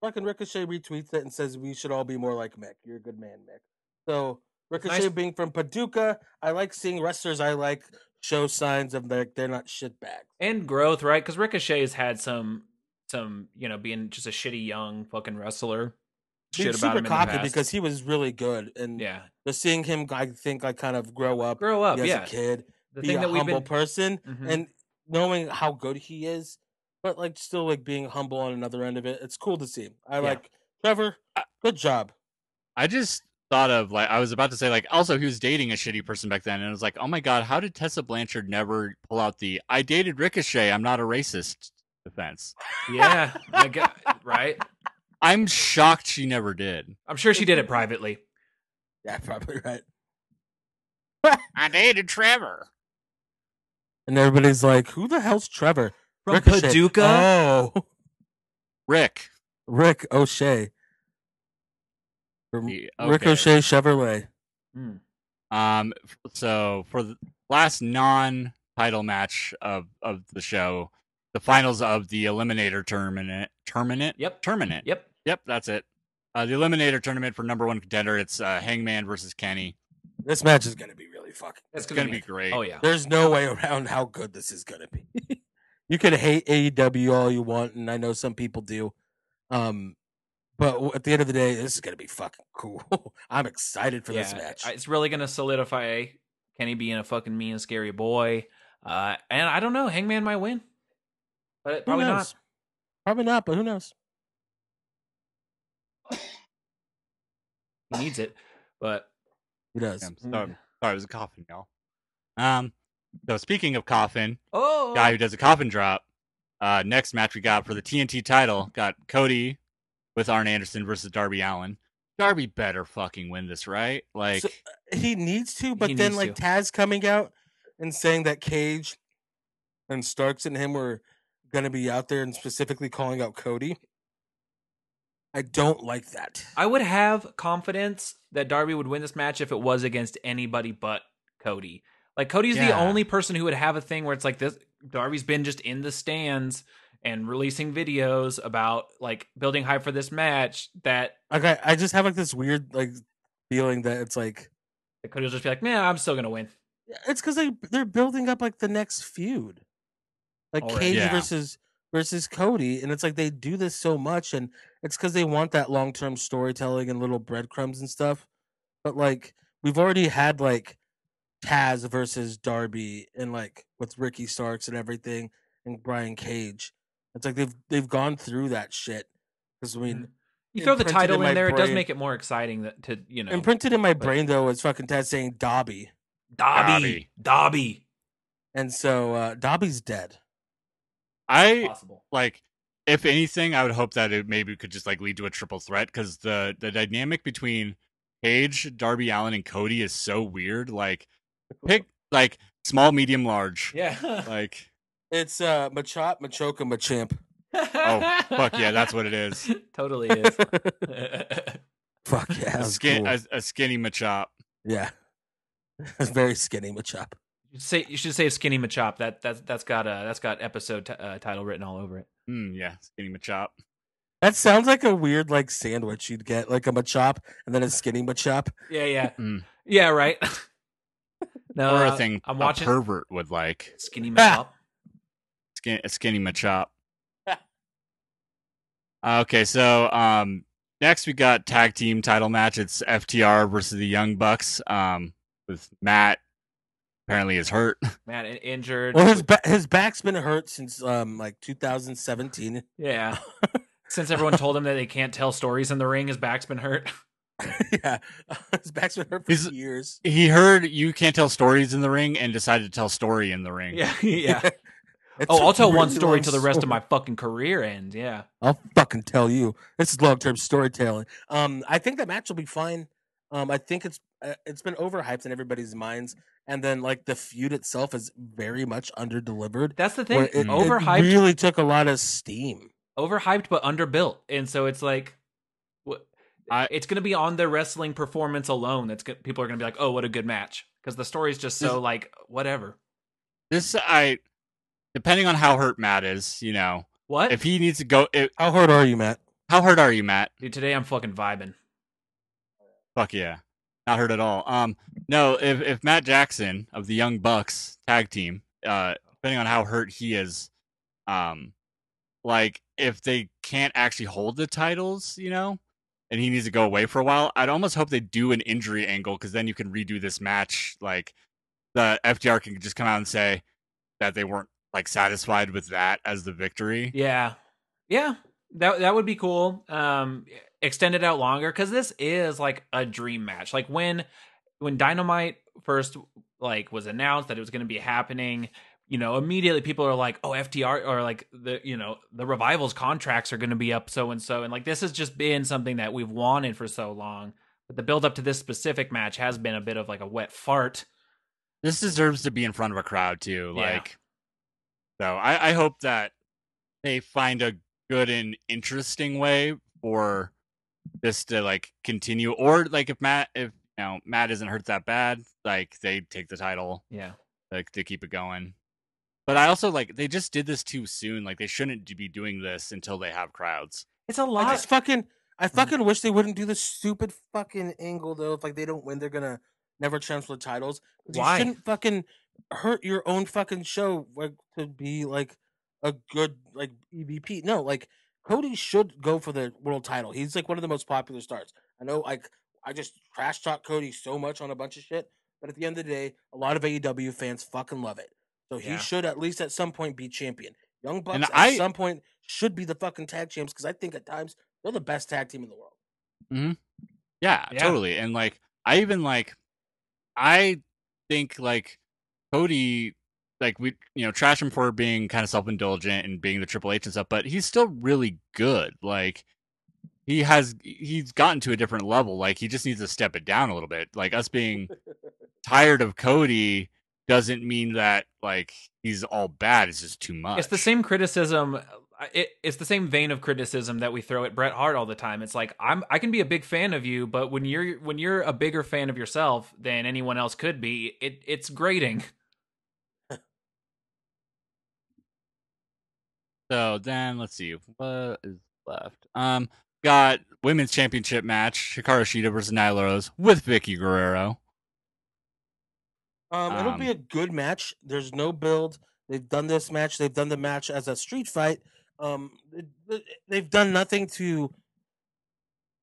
fucking Ricochet retweets it and says we should all be more like Mick. You're a good man, Mick. So Ricochet
nice-
being from Paducah, I like seeing wrestlers I like show signs of like they're not shitbags.
and growth, right? Because Ricochet has had some, some you know, being just a shitty young fucking wrestler.
Being
shit about
super
him in the
cocky
past.
because he was really good and
yeah,
But seeing him, I think, like kind of grow up,
grow up.
as
Yeah,
a kid,
the
be
thing
a
that we've
humble
been.
person,
Mhm.
and knowing how good he is, but like still like being humble on another end of it. It's cool to see. I
Yeah.
like Trevor.
I-
Good job.
I just thought of like I was about to say like also he was dating a shitty person back then and I was like, oh my god, how did Tessa Blanchard never pull out the I dated Ricochet, I'm not a racist defense?
yeah, I got- right.
I'm shocked she never did.
I'm sure she did it privately.
Yeah, probably right.
I dated Trevor.
And everybody's like, "Who the hell's Trevor?"
From
Ricochet.
Paducah,
Oh,
Rick.
Rick O'Shea. From
He- okay.
Ricochet Chevrolet.
Mm.
Um, f- so for the last non-title match of of the show, the finals of the Eliminator tournament, tournament,
Yep.
tournament,
Yep.
yep, that's it. Uh, the Eliminator tournament for number one contender, it's uh, Hangman versus Kenny.
This match is gonna be really fucking.
That's
It's gonna be great.
Oh yeah.
There's no way around how good this is gonna be. you can hate AEW all you want, and I know some people do. Um, but w- at the end of the day, this is gonna be fucking cool. I'm excited for this
Yeah,
match.
I- It's really going to solidify Kenny being a fucking mean and scary boy. Uh, and I don't know, Hangman might win, but
Who
probably
knows?
not.
Probably not, but who knows?
He needs it, but
Who knows?
I'm
Mm-hmm.
sorry, sorry, it was a coffin, y'all. Um, so speaking of coffin,
oh,
guy who does a coffin drop. Uh, next match we got for the TNT title got Cody with Arn Anderson versus Darby Allen. Darby better fucking win this, right? Like,
So- He needs to, but
He
then
needs
like
to.
Taz coming out and saying that Cage and Starks and him were gonna be out there and specifically calling out Cody. I don't like that.
I would have confidence that Darby would win this match if it was against anybody but Cody. Like Cody's the
Yeah.
only person who would have a thing where it's like this Darby's been just in the stands and releasing videos about like building hype for this match that,
Like I, I just have like this weird like feeling that it's like
that Cody will just be like, Man, I'm still gonna win.
it's because they they're building up like the next feud, like
Already.
Katie
Yeah.
versus versus Cody, and it's like they do this so much, and it's because they want that long term storytelling and little breadcrumbs and stuff. But like we've already had like Taz versus Darby and like with Ricky Starks and everything and Brian Cage. It's like they've they've gone through that shit. Because I mean,
You throw the
Imprinted
title
in
in,
my
there, it does
brain.
make it more exciting that to you know
imprinted in my
but-
brain though is fucking Taz saying Dobby,
Dobby. Dobby.
and so uh, Dobby's dead.
I
Possible.
like if anything i would hope that it maybe could just like lead to a triple threat because the the dynamic between Paige, darby allen and cody is so weird like pick like small medium large
Yeah.
like
It's uh Machop, Machoka, Machamp.
oh
fuck yeah that's what it is
totally is.
Fuck yeah. that
a,
was
skin,
cool.
a, a skinny machop
Yeah. It's very skinny Machop.
You should say you should say skinny Machop. That that's that's got uh that's got episode t- uh, title written all over it.
mm, yeah skinny machop
That sounds like a weird like sandwich you'd get, like a Machop and then a skinny Machop.
Yeah, yeah,
Mm.
yeah. Right. no,
or a
uh,
thing
I'm
a
watching
pervert would like
skinny Machop.
Ah.
skin, a skinny machop okay so um next we got tag team title match it's ftr versus the young bucks um with matt apparently is hurt
Man, in- injured.
Well his ba- his back's been hurt since um like 2017.
yeah. Since everyone told him that they can't tell stories in the ring, his back's been hurt.
yeah. his back's been hurt for
He's-
years.
he heard you can't tell stories in the ring and decided to tell story in the ring
yeah, yeah.
It's
Oh,
a
I'll tell one
really
story
long
till the rest of
story.
my fucking career ends. Yeah.
I'll fucking tell you. This is long term storytelling. Um, I think that match will be fine. Um, I think it's uh, it's been overhyped in everybody's minds, and then like the feud itself is very much underdelivered.
That's the thing.
where It, it
overhyped,
really took a lot of steam.
overhyped, but underbuilt, and so it's like, what?
I-
it's going to be on their wrestling performance alone. That's go- people are going to be like, oh, what a good match, because the story's just so
This-
like whatever.
this i depending on how hurt matt is you know
What?
if he needs to go if,
How hard are you, Matt?
how hurt are you matt
Dude, today I'm fucking vibing.
Fuck yeah. Not hurt at all. Um no, if if Matt Jackson of the Young Bucks tag team, uh depending on how hurt he is, um like if they can't actually hold the titles, you know, and he needs to go away for a while, I'd almost hope they do an injury angle cuz then you can redo this match like the FDR can just come out and say that they weren't like satisfied with that as the victory.
Yeah, yeah. That that would be cool. Um, extend it out longer because this is like a dream match. Like when when Dynamite first like was announced that it was going to be happening. You know, immediately people are like, "Oh, FTR," or like the you know the revivals contracts are going to be up so and so, and like this has just been something that we've wanted for so long. But the build up to this specific match has been a bit of like a wet fart.
this deserves to be in front of a crowd too.
Yeah.
Like, so I, I hope that they find a good and interesting way for this to like continue, or like if Matt, if you know Matt isn't hurt that bad, like they take the title,
Yeah,
like to keep it going. But I also like they just did this too soon. Like they shouldn't d- be doing this until they have crowds.
it's a
I
lot.
just fucking I fucking wish they wouldn't do this stupid fucking angle though. If like they don't win, they're gonna never challenge for the titles. 'Cause
Why?
You shouldn't fucking hurt your own fucking show like to be like a good like EVP. No, like Cody should go for the world title. He's like one of the most popular stars. I know like I just trash talk Cody so much on a bunch of shit, but at the end of the day, a lot of AEW fans fucking love it. So he
Yeah.
should at least at some point be champion. Young Bucks at
I-
some point should be the fucking tag champs because I think at times they're the best tag team in the world.
Yeah,
Yeah.
totally. And like I even like I think like Cody like we you know trash him for being kind of self-indulgent and being the Triple H and stuff, but he's still really good. Like he has he's gotten to a different level. Like he just needs to step it down a little bit. Like us being tired of Cody doesn't mean that like he's all bad. It's just too much.
It's the same criticism. I- I- it, it's the same vein of criticism that we throw at Bret Hart all the time. It's like I'm I can be a big fan of you, but when you're when you're a bigger fan of yourself than anyone else could be, it it's grating.
So then let's see what is left. Um, got women's championship match: Hikaru Shida versus Nyla Rose with Vicky Guerrero.
Um, it'll be
Um,
a good match. There's no build. They've done this match. They've done the match as a street fight. Um, th- th- they've done nothing to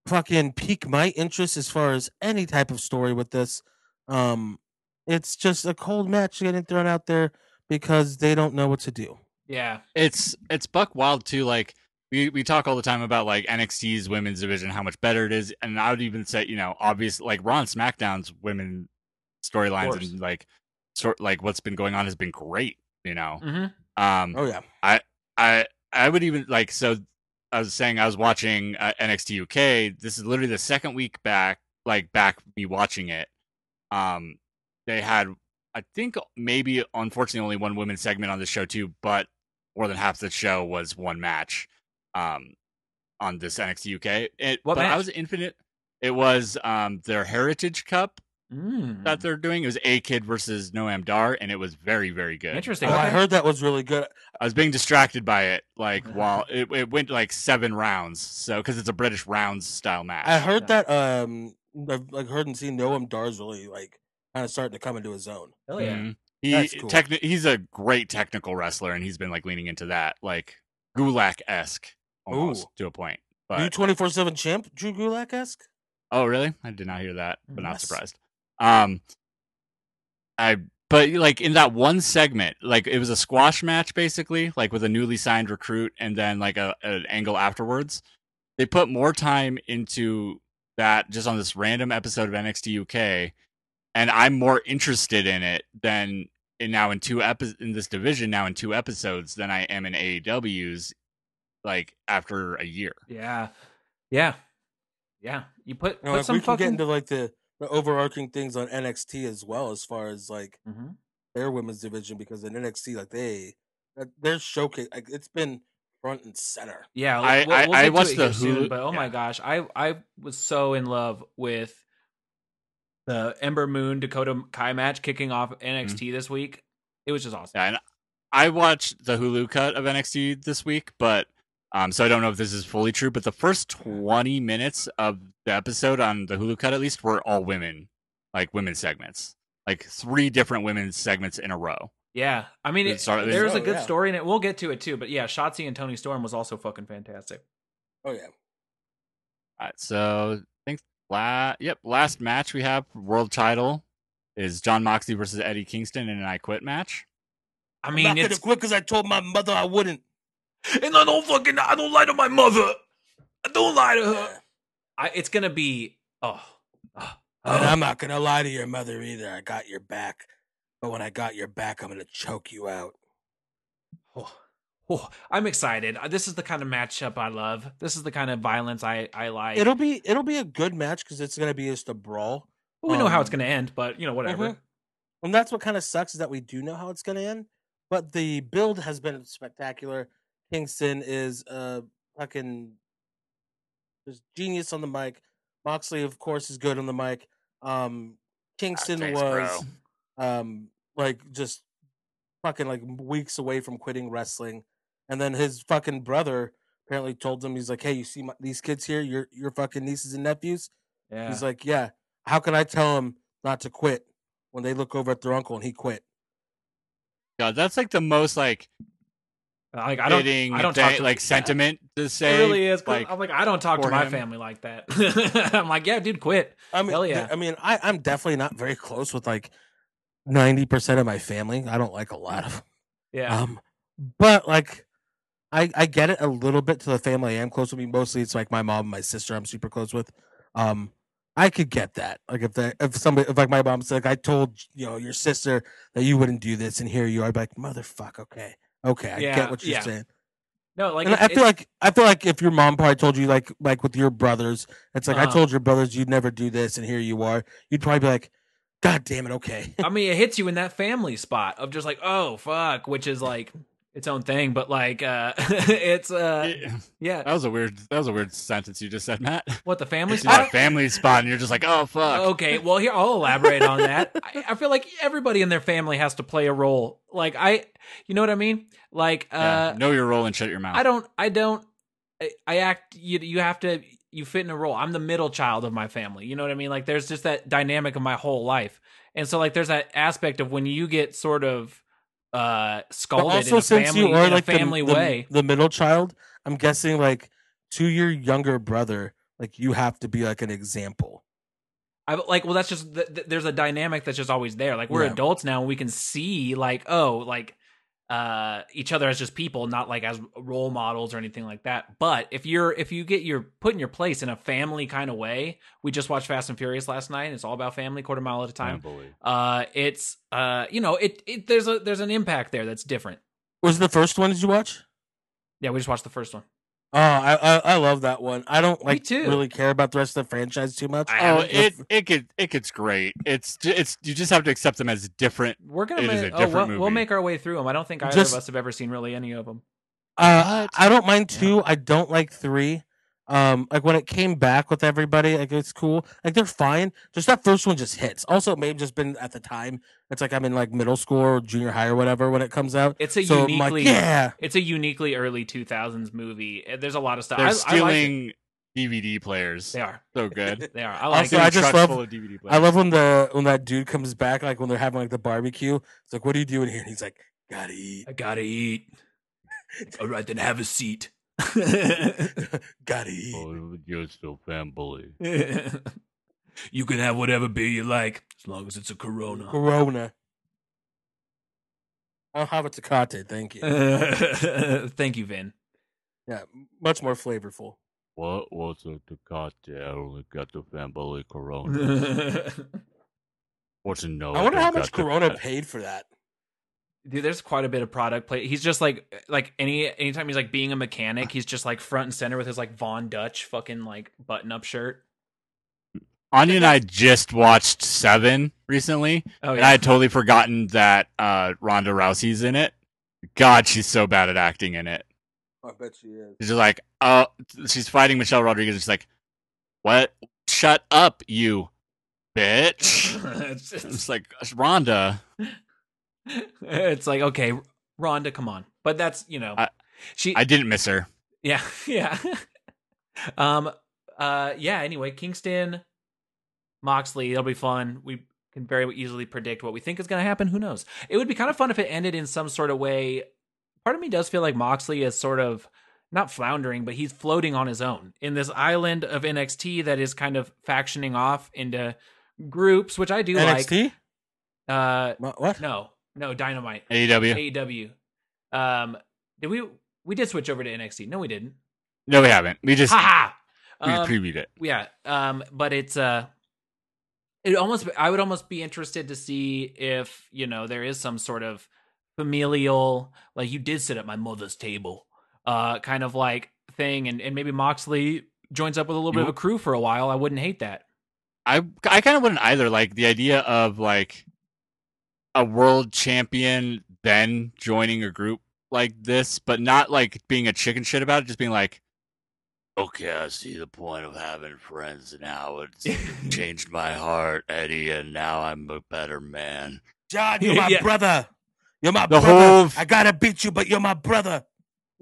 fucking pique my interest as far as any type of story with this. Um, it's just a cold match getting thrown out there because they don't know what to do.
Yeah,
It's it's Buck Wild too. Like we we talk all the time about like NXT's women's division, how much better it is, and I would even say you know obvious like Raw and SmackDown's women storylines
course.
and like sort like what's been going on has been great. You know,
hmm
um,
Oh yeah,
I I would even like so. I was saying I was watching uh, NXT UK. This is literally the second week back, like back me watching it. Um, they had I think maybe unfortunately only one women's segment on the show too, but more than half the show was one match. Um, on this NXT UK, it
What
but I
match?
was infinite. It was um their Heritage Cup
mm.
that they're doing. It was A Kid versus Noam Dar, and it was very very good.
interesting.
oh, I heard that was really good.
I was being distracted by it, like while it, it went like seven rounds. So because it's a British rounds style match.
I heard
Yeah.
that. Um, I've like heard and seen Noam Dar's really like kind of starting to come into his own.
Hell yeah.
Mhm. He
oh, That's cool.
techni- he's a great technical wrestler, and he's been like leaning into that, like Gulak esque almost
Ooh.
to a point.
New
But
twenty four seven champ, Drew Gulak esque.
oh, really? I did not hear that, but not
Yes.
surprised. Um, I but like in that one segment, like it was a squash match basically, like with a newly signed recruit and then like a an angle afterwards. They put more time into that just on this random episode of NXT UK, and I'm more interested in it than in now in two episodes in this division now in two episodes than I am in AEW's like after a year.
Yeah. Yeah. Yeah. You put,
You know,
put
like,
some
we can
fucking
get into like the, the overarching things on NXT as well, as far as like
Mhm.
their women's division, because in NXT, like they that- their showcase, like it's been front and center.
Yeah,
I-
we'll-
I-
we'll
I
get to
watched
it
the
here soon,
Hulu-
but oh my
yeah.
gosh, I I was so in love with the Ember Moon Dakota Kai match kicking off NXT
Mm-hmm.
this week. It was just awesome.
Yeah, and I watched the Hulu cut of NXT this week, but um, so I don't know if this is fully true. But the first twenty minutes of the episode on the Hulu cut, at least, were all women, like women segments, like three different women's segments in a row.
Yeah, I mean,
Good
it,
start.
there's a
Oh,
good
yeah.
story in it. We'll get to it too, but yeah, Shotzi and Tony Storm was also fucking fantastic.
Oh yeah,
All right, Uh, so I think la- yep, last match we have for world title is John Moxley versus Eddie Kingston in an I Quit match.
I
I mean,
mean,
not gonna
it's
quit because I told my mother I wouldn't.
and I don't fucking I don't lie to my mother. I don't lie to
Yeah.
her. I, it's gonna be oh, oh,
And
oh.
I'm not gonna lie to your mother either. I got your back, but when I got your back, I'm gonna choke you out.
Oh, oh, I'm excited. Uh, This is the kind of matchup I love. This is the kind of violence I I like.
It'll be it'll be a good match because it's gonna be just a brawl.
But we know how it's
um,
going to end, but you know whatever.
Mhm. And that's what kind of sucks is that we do know how it's going to end. But the build has been spectacular. Kingston is a fucking just genius on the mic. Moxley, of course, is good on the mic. Um, Kingston
thanks,
was um, like just fucking like weeks away from quitting wrestling, and then his fucking brother apparently told him he's like, "Hey, you see my, these kids here? Your your fucking nieces and nephews.
Yeah. Uh,
He's like, yeah. How can I tell him not to quit when they look over at their uncle and he quit?
God, that's like the most like
like I don't
fitting
I don't
thing-
talk to
like sentiment to
It
say.
really is. 'cause
like-
I'm like I don't talk to
for
my
him.
family like that. I'm like, yeah, dude, quit.
I mean,
Hell
th-
yeah.
I mean, I, I'm definitely not very close with like ninety percent of my family. I don't like a lot of
Yeah.
um, but like, I I get it a little bit to the family I am close with. Me mostly, it's like my mom, and my sister. I'm super close with. Um, I could get that. Like if they, if somebody if like my mom said, like, I told you know your sister that you wouldn't do this, and here you are, I'd be like, motherfuck. Okay, okay, I
Yeah,
get what you're
yeah.
saying.
no, like
And
it's-
I feel
it's-
like I feel like if your mom probably told you like like with your brothers, it's like I
Uh-huh.
told your brothers you'd never do this, and here you are. You'd probably be like, "God damn it, okay."
I mean, it hits you in that family spot of just like, oh fuck, which is like its own thing, but like uh it's uh
Yeah.
yeah.
That was a weird. That was a weird sentence you just said, Matt.
What the family
It's my
spot?
family spot, and you're just like, oh fuck.
Okay, well here I'll elaborate on that. I, I feel like everybody in their family has to play a role. Like I you know what I mean? Like uh
Yeah, know your role and shut your mouth.
I don't. I don't. I, I act. You. You have to. You fit in a role. I'm the middle child of my family. You know what I mean? Like, there's just that dynamic of my whole life, and so like, there's that aspect of when you get sort of uh
But
scolded
also,
in a
since
family,
you are
in
like
a
the-
family
the,
way.
the middle child, I'm guessing like to your younger brother, like you have to be like an example.
I like. Well, that's just th- th- there's a dynamic that's just always there. Like we're
Yeah.
adults now, and we can see like, oh, like uh each other as just people not like as role models or anything like that but if you're if you get your put in your place in a family kind of way we just watched fast and furious last night and it's all about family quarter mile at a time
believe.
uh it's uh you know it, it there's a there's an impact there that's different
Was the first one? Did you watch?
yeah we just watched the first one
Oh, I I, I love that one. I don't
Me
like
too.
really care about the rest of the franchise too much.
I
Oh,
haven't-
it it gets it gets great. It's ju- it's you just have to accept them as different.
we're gonna
It
ma-
is a
oh,
different
we'll, we'll
movie.
make our way through them i don't think either
Just-
of us have ever seen really any of them
Uh,
What?
I don't mind
Yeah.
two. I don't like three. Um, like when it came back with everybody, like it's cool. Like they're fine. Just that first one just hits. Also, it may have just been at the time. It's like I'm in like middle school or junior high or whatever when it comes out.
it's a
so I'm like,
uniquely
yeah,
it's a uniquely early 2000s movie Uh, there's a lot of stuff
They're
I, I like it.
stealing DVD players.
they are
So good.
they are i like
Also,
it.
I
Stealing
just
trucks
love-
full of DVD players.
I love when the when that dude comes back, like when they're having like the barbecue. It's like, what are you doing here? And he's like, gotta eat,
i gotta eat all right then have a seat you
gotta eat.
you're still fanboy.
can have whatever beer you like as long as it's a corona
Corona. I'll have a Tecate, thank you.
thank you vin
Yeah, much more flavorful.
What was it the cocktail? I only got the fanboy Corona.
Dude,
What's no?
I wonder how much Corona paid for that.
there's quite a bit of product play. He's just like like any anytime he's like being a mechanic, he's just like front and center with his like Von Dutch fucking like button up shirt.
Anya and I just watched Seven recently,
Oh
and I
yeah.
had totally forgotten that uh, Ronda Rousey's in it. God, she's so bad at acting in it.
I bet she is.
She's just like, oh, she's fighting Michelle Rodriguez. And she's like, what? Shut up, you bitch.
it's,
It's
it's-
like Ronda.
it's like okay, Rhonda, come on. But that's you know,
I-
she
I didn't miss her.
yeah yeah. um uh yeah. Anyway, Kingston, Moxley, it'll be fun. We can very easily predict what we think is going to happen. Who knows? It would be kind of fun if it ended in some sort of way. Part of me does feel like Moxley is sort of not floundering, but he's floating on his own in this island of NXT that is kind of factioning off into groups, which I do like.
NXT?
Uh,
Wha- What?
no, no, Dynamite.
AEW.
AEW. E Um, did we we did switch over to NXT? No, we didn't.
no, we haven't. We just
Ha ha.
we
Um,
previewed it.
yeah. Um, but it's uh, it almost I would almost be interested to see if you know there is some sort of familial like you did sit at my mother's table, uh, kind of like thing, and and maybe Moxley joins up with a little bit of a crew for a while. I wouldn't hate that.
I I kind of wouldn't either. Like the idea of like a world champion then joining a group like this, but not like being a chicken shit about it. Just being like, okay, I see the point of having friends now. It's changed my heart, Eddie, and now I'm a better man.
John, you're my
Yeah.
brother. You're my
The
brother.
whole f-
I gotta beat you, but you're my brother.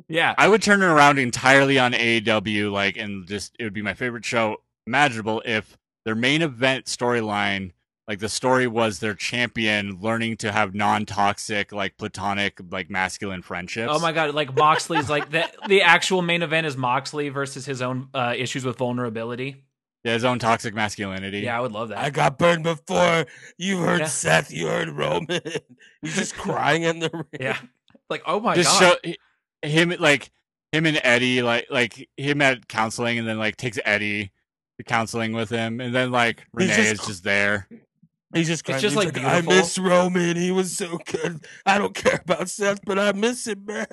yeah.
I would turn it around entirely on AEW, like, and just it would be my favorite show imaginable if their main event storyline, like, the story was their champion learning to have non-toxic, like, platonic, like, masculine friendships.
Oh my god! Like Moxley's like the the actual main event is Moxley versus his own uh, issues with vulnerability.
Yeah, his own toxic masculinity.
Yeah, I would love that.
I got burned before. You heard
Yeah.
Seth. You heard Roman. He's just crying in the ring.
yeah, like oh my
just
god,
show hi- him like him and Eddie like like him at counseling, and then like takes Eddie to counseling with him, and then like
He's
Renee
just-
is just there.
He's just crying.
It's just,
He's
like,
I
beautiful.
miss Roman. He was so good. I don't care about Seth, but I miss him, man.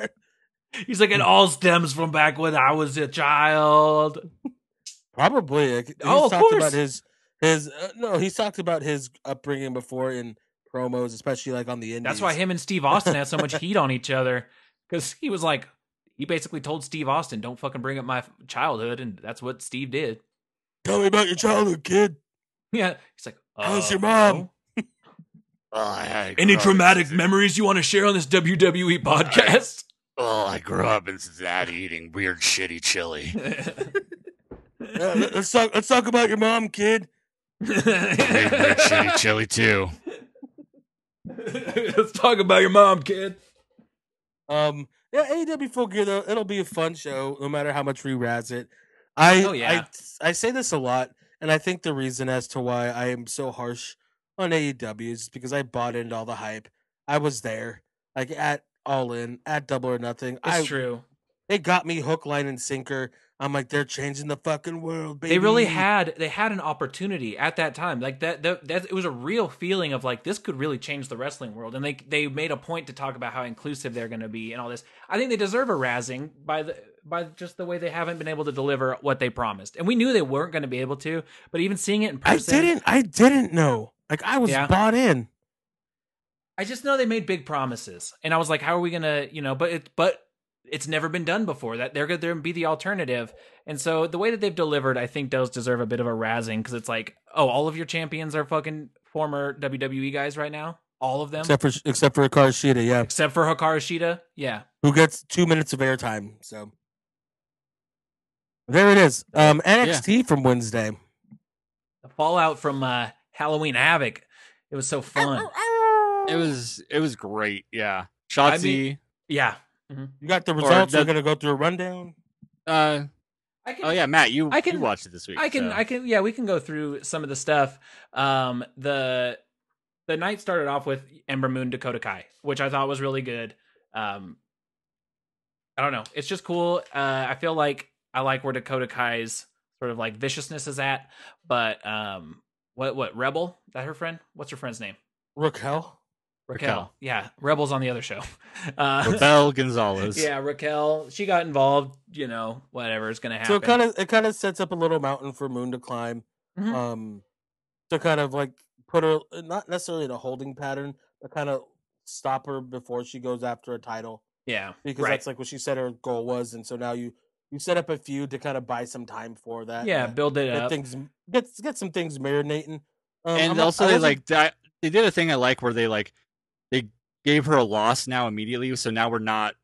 he's like it all stems from back when I was a child.
Probably. like, He's
Oh, of
talked
course.
about his his uh, no. He's talked about his upbringing before in promos, especially like on the indies.
That's why him and Steve Austin had so much heat on each other. because he was like, he basically told Steve Austin, "Don't fucking bring up my f- childhood," and that's what Steve did.
Tell me about your childhood, kid.
Yeah, he's like,
How's your
"Uh,
mom?"
no."
Oh, I, I
Any
grew up in
traumatic
Cincinnati.
memories you want to share on this WWE podcast?
Oh, I grew up in Cincinnati eating weird, shitty chili.
Yeah, let- let's talk. Let's talk about your mom, kid.
Made weird, shitty chili too.
Let's talk about your mom, kid.
Um, yeah, AEW Full Gear though, it'll be a fun show, no matter how much we razz it. I,
Oh, yeah.
I, I say this a lot, and I think the reason as to why I am so harsh on AEW is because I bought into all the hype. I was there, like at All In, at Double or Nothing.
It's
I,
true.
They got me hook, line, and sinker. I'm like, they're changing the fucking world, baby.
They really had they had an opportunity at that time. Like that, that that it was a real feeling of like this could really change the wrestling world. And they they made a point to talk about how inclusive they're going to be and all this. I think they deserve a razzing by the by just the way they haven't been able to deliver what they promised. And we knew they weren't going to be able to, but even seeing it in
I
person
didn't. I didn't know. Like I was
Yeah.
bought in.
I just know they made big promises, and I was like, "How are we gonna?" You know, but it, but it's never been done before. That they're gonna they're gonna be the alternative, and so the way that they've delivered, I think, does deserve a bit of a razzing because it's like, oh, all of your champions are fucking former WWE guys right now, all of them except,
Except for except for Hikaru Shida, yeah,
for Hikaru Shida. Yeah,
who gets two minutes of airtime. So there it is. Um, NXT from Wednesday.
the fallout from uh, Halloween Havoc, it was so fun.
It was it was great. Yeah,
I
Shotzi.
mean- Yeah,
You got the results. We're
that-
gonna go through a rundown.
uh,
I can
oh yeah, Matt, you
I can-
you watched it this week.
I can,
so.
I can, yeah, we can go through some of the stuff. Um, the the night started off with Ember Moon Dakota Kai, which I thought was really good. Um, I don't know, it's just cool. Uh, I feel like I like where Dakota Kai's sort of like viciousness is at, but um, what what Rebel? That her friend? What's her friend's name?
Raquel.
Raquel.
Raquel.
Yeah, Rebel's on the other show. Uh,
Raquel Gonzalez.
yeah, Raquel. She got involved. You know, whatever is gonna happen.
So it kind of it kind of sets up a little mountain for Moon to climb.
Mhm.
Um, to kind of like put her not necessarily in a holding pattern, but kind of stop her before she goes after a title.
yeah,
because
right.
that's like what she said her goal was, and so now you you set up a feud to kind of buy some time for that.
yeah,
uh,
build it
get
up.
things get get some things marinating. Um, I'm
and
not-
also
I
they
wasn't-
like that they did a thing I like where they like they gave her a loss now immediately, so now we're not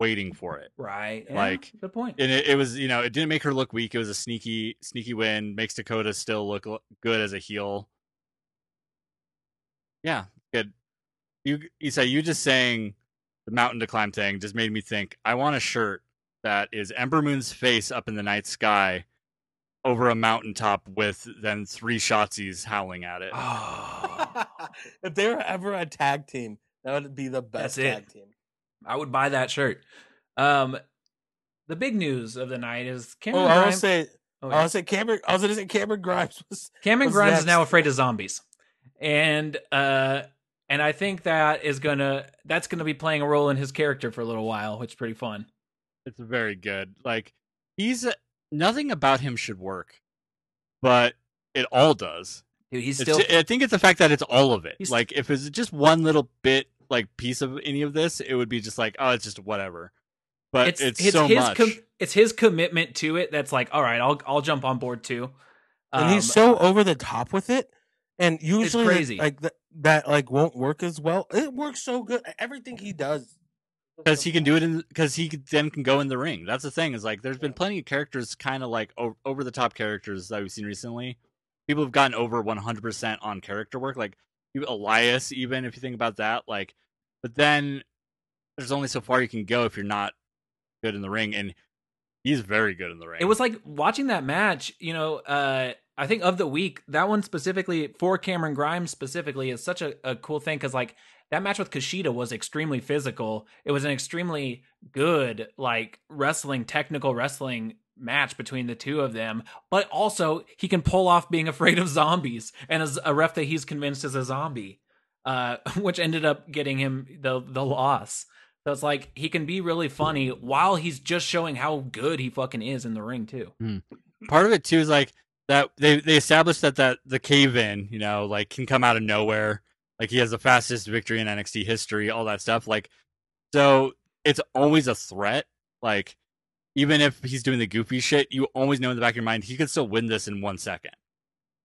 waiting for it.
Right. yeah,
Like,
good point.
And it, it was you know it didn't make her look weak. It was a sneaky sneaky win. Makes Dakota still look l- good as a heel. Yeah, good. You you say you just saying the mountain to climb thing just made me think. I want a shirt that is Ember Moon's face up in the night sky. Over a mountaintop with then three Shotzi's howling at
Ah.
it.
Oh,
if they were ever a tag team, that would be the best
That's it.
tag team.
I would buy that shirt. Um, the big news of the night is
Oh,
Cameron
I will
Grimes.
say,
oh, yeah.
I will say Cameron. I was gonna say Cameron Grimes was
Cameron
what's
Grimes is
next?
now afraid of zombies, and uh, and I think that is gonna that's gonna be playing a role in his character for a little while, which is pretty fun.
It's very good. Like he's nothing about him should work, but it all does.
Dude, he's
It's
still
ju- I think it's the fact that it's all of it.
He's-
like if it's just one little bit, like piece of any of this, it would be just like, oh, it's just whatever. But uh, it's, so
his
much.
com- it's his commitment to it that's like, all right, I'll I'll jump on board too.
and he's
Um,
so over the top with it. And usually, that-
crazy.
like that, that, like won't work as well. It works so good. Everything he does,
because he can do it in because he could- then can go in the ring. That's the thing is like there's been plenty of characters kind of like o- over the top characters that we've seen recently. People have gotten over 100% on character work like you- Elias even if you think about that like but then there's only so far you can go if you're not good in the ring and he's very good in the ring.
It was like watching that match, you know, uh I think of the week, that one specifically for Cameron Grimes specifically is such a, a cool thing because like that match with Kushida was extremely physical. It was an extremely good, like wrestling, technical wrestling match between the two of them. But also he can pull off being afraid of zombies and as a ref that he's convinced is a zombie. Uh which ended up getting him the the loss. So it's like he can be really funny while he's just showing how good he fucking is in the ring too.
part of it too is like that they they established that that the cave in you know like can come out of nowhere like he has the fastest victory in NXT history all that stuff like so it's always a threat. Like even if he's doing the goofy shit, you always know in the back of your mind he could still win this in one second.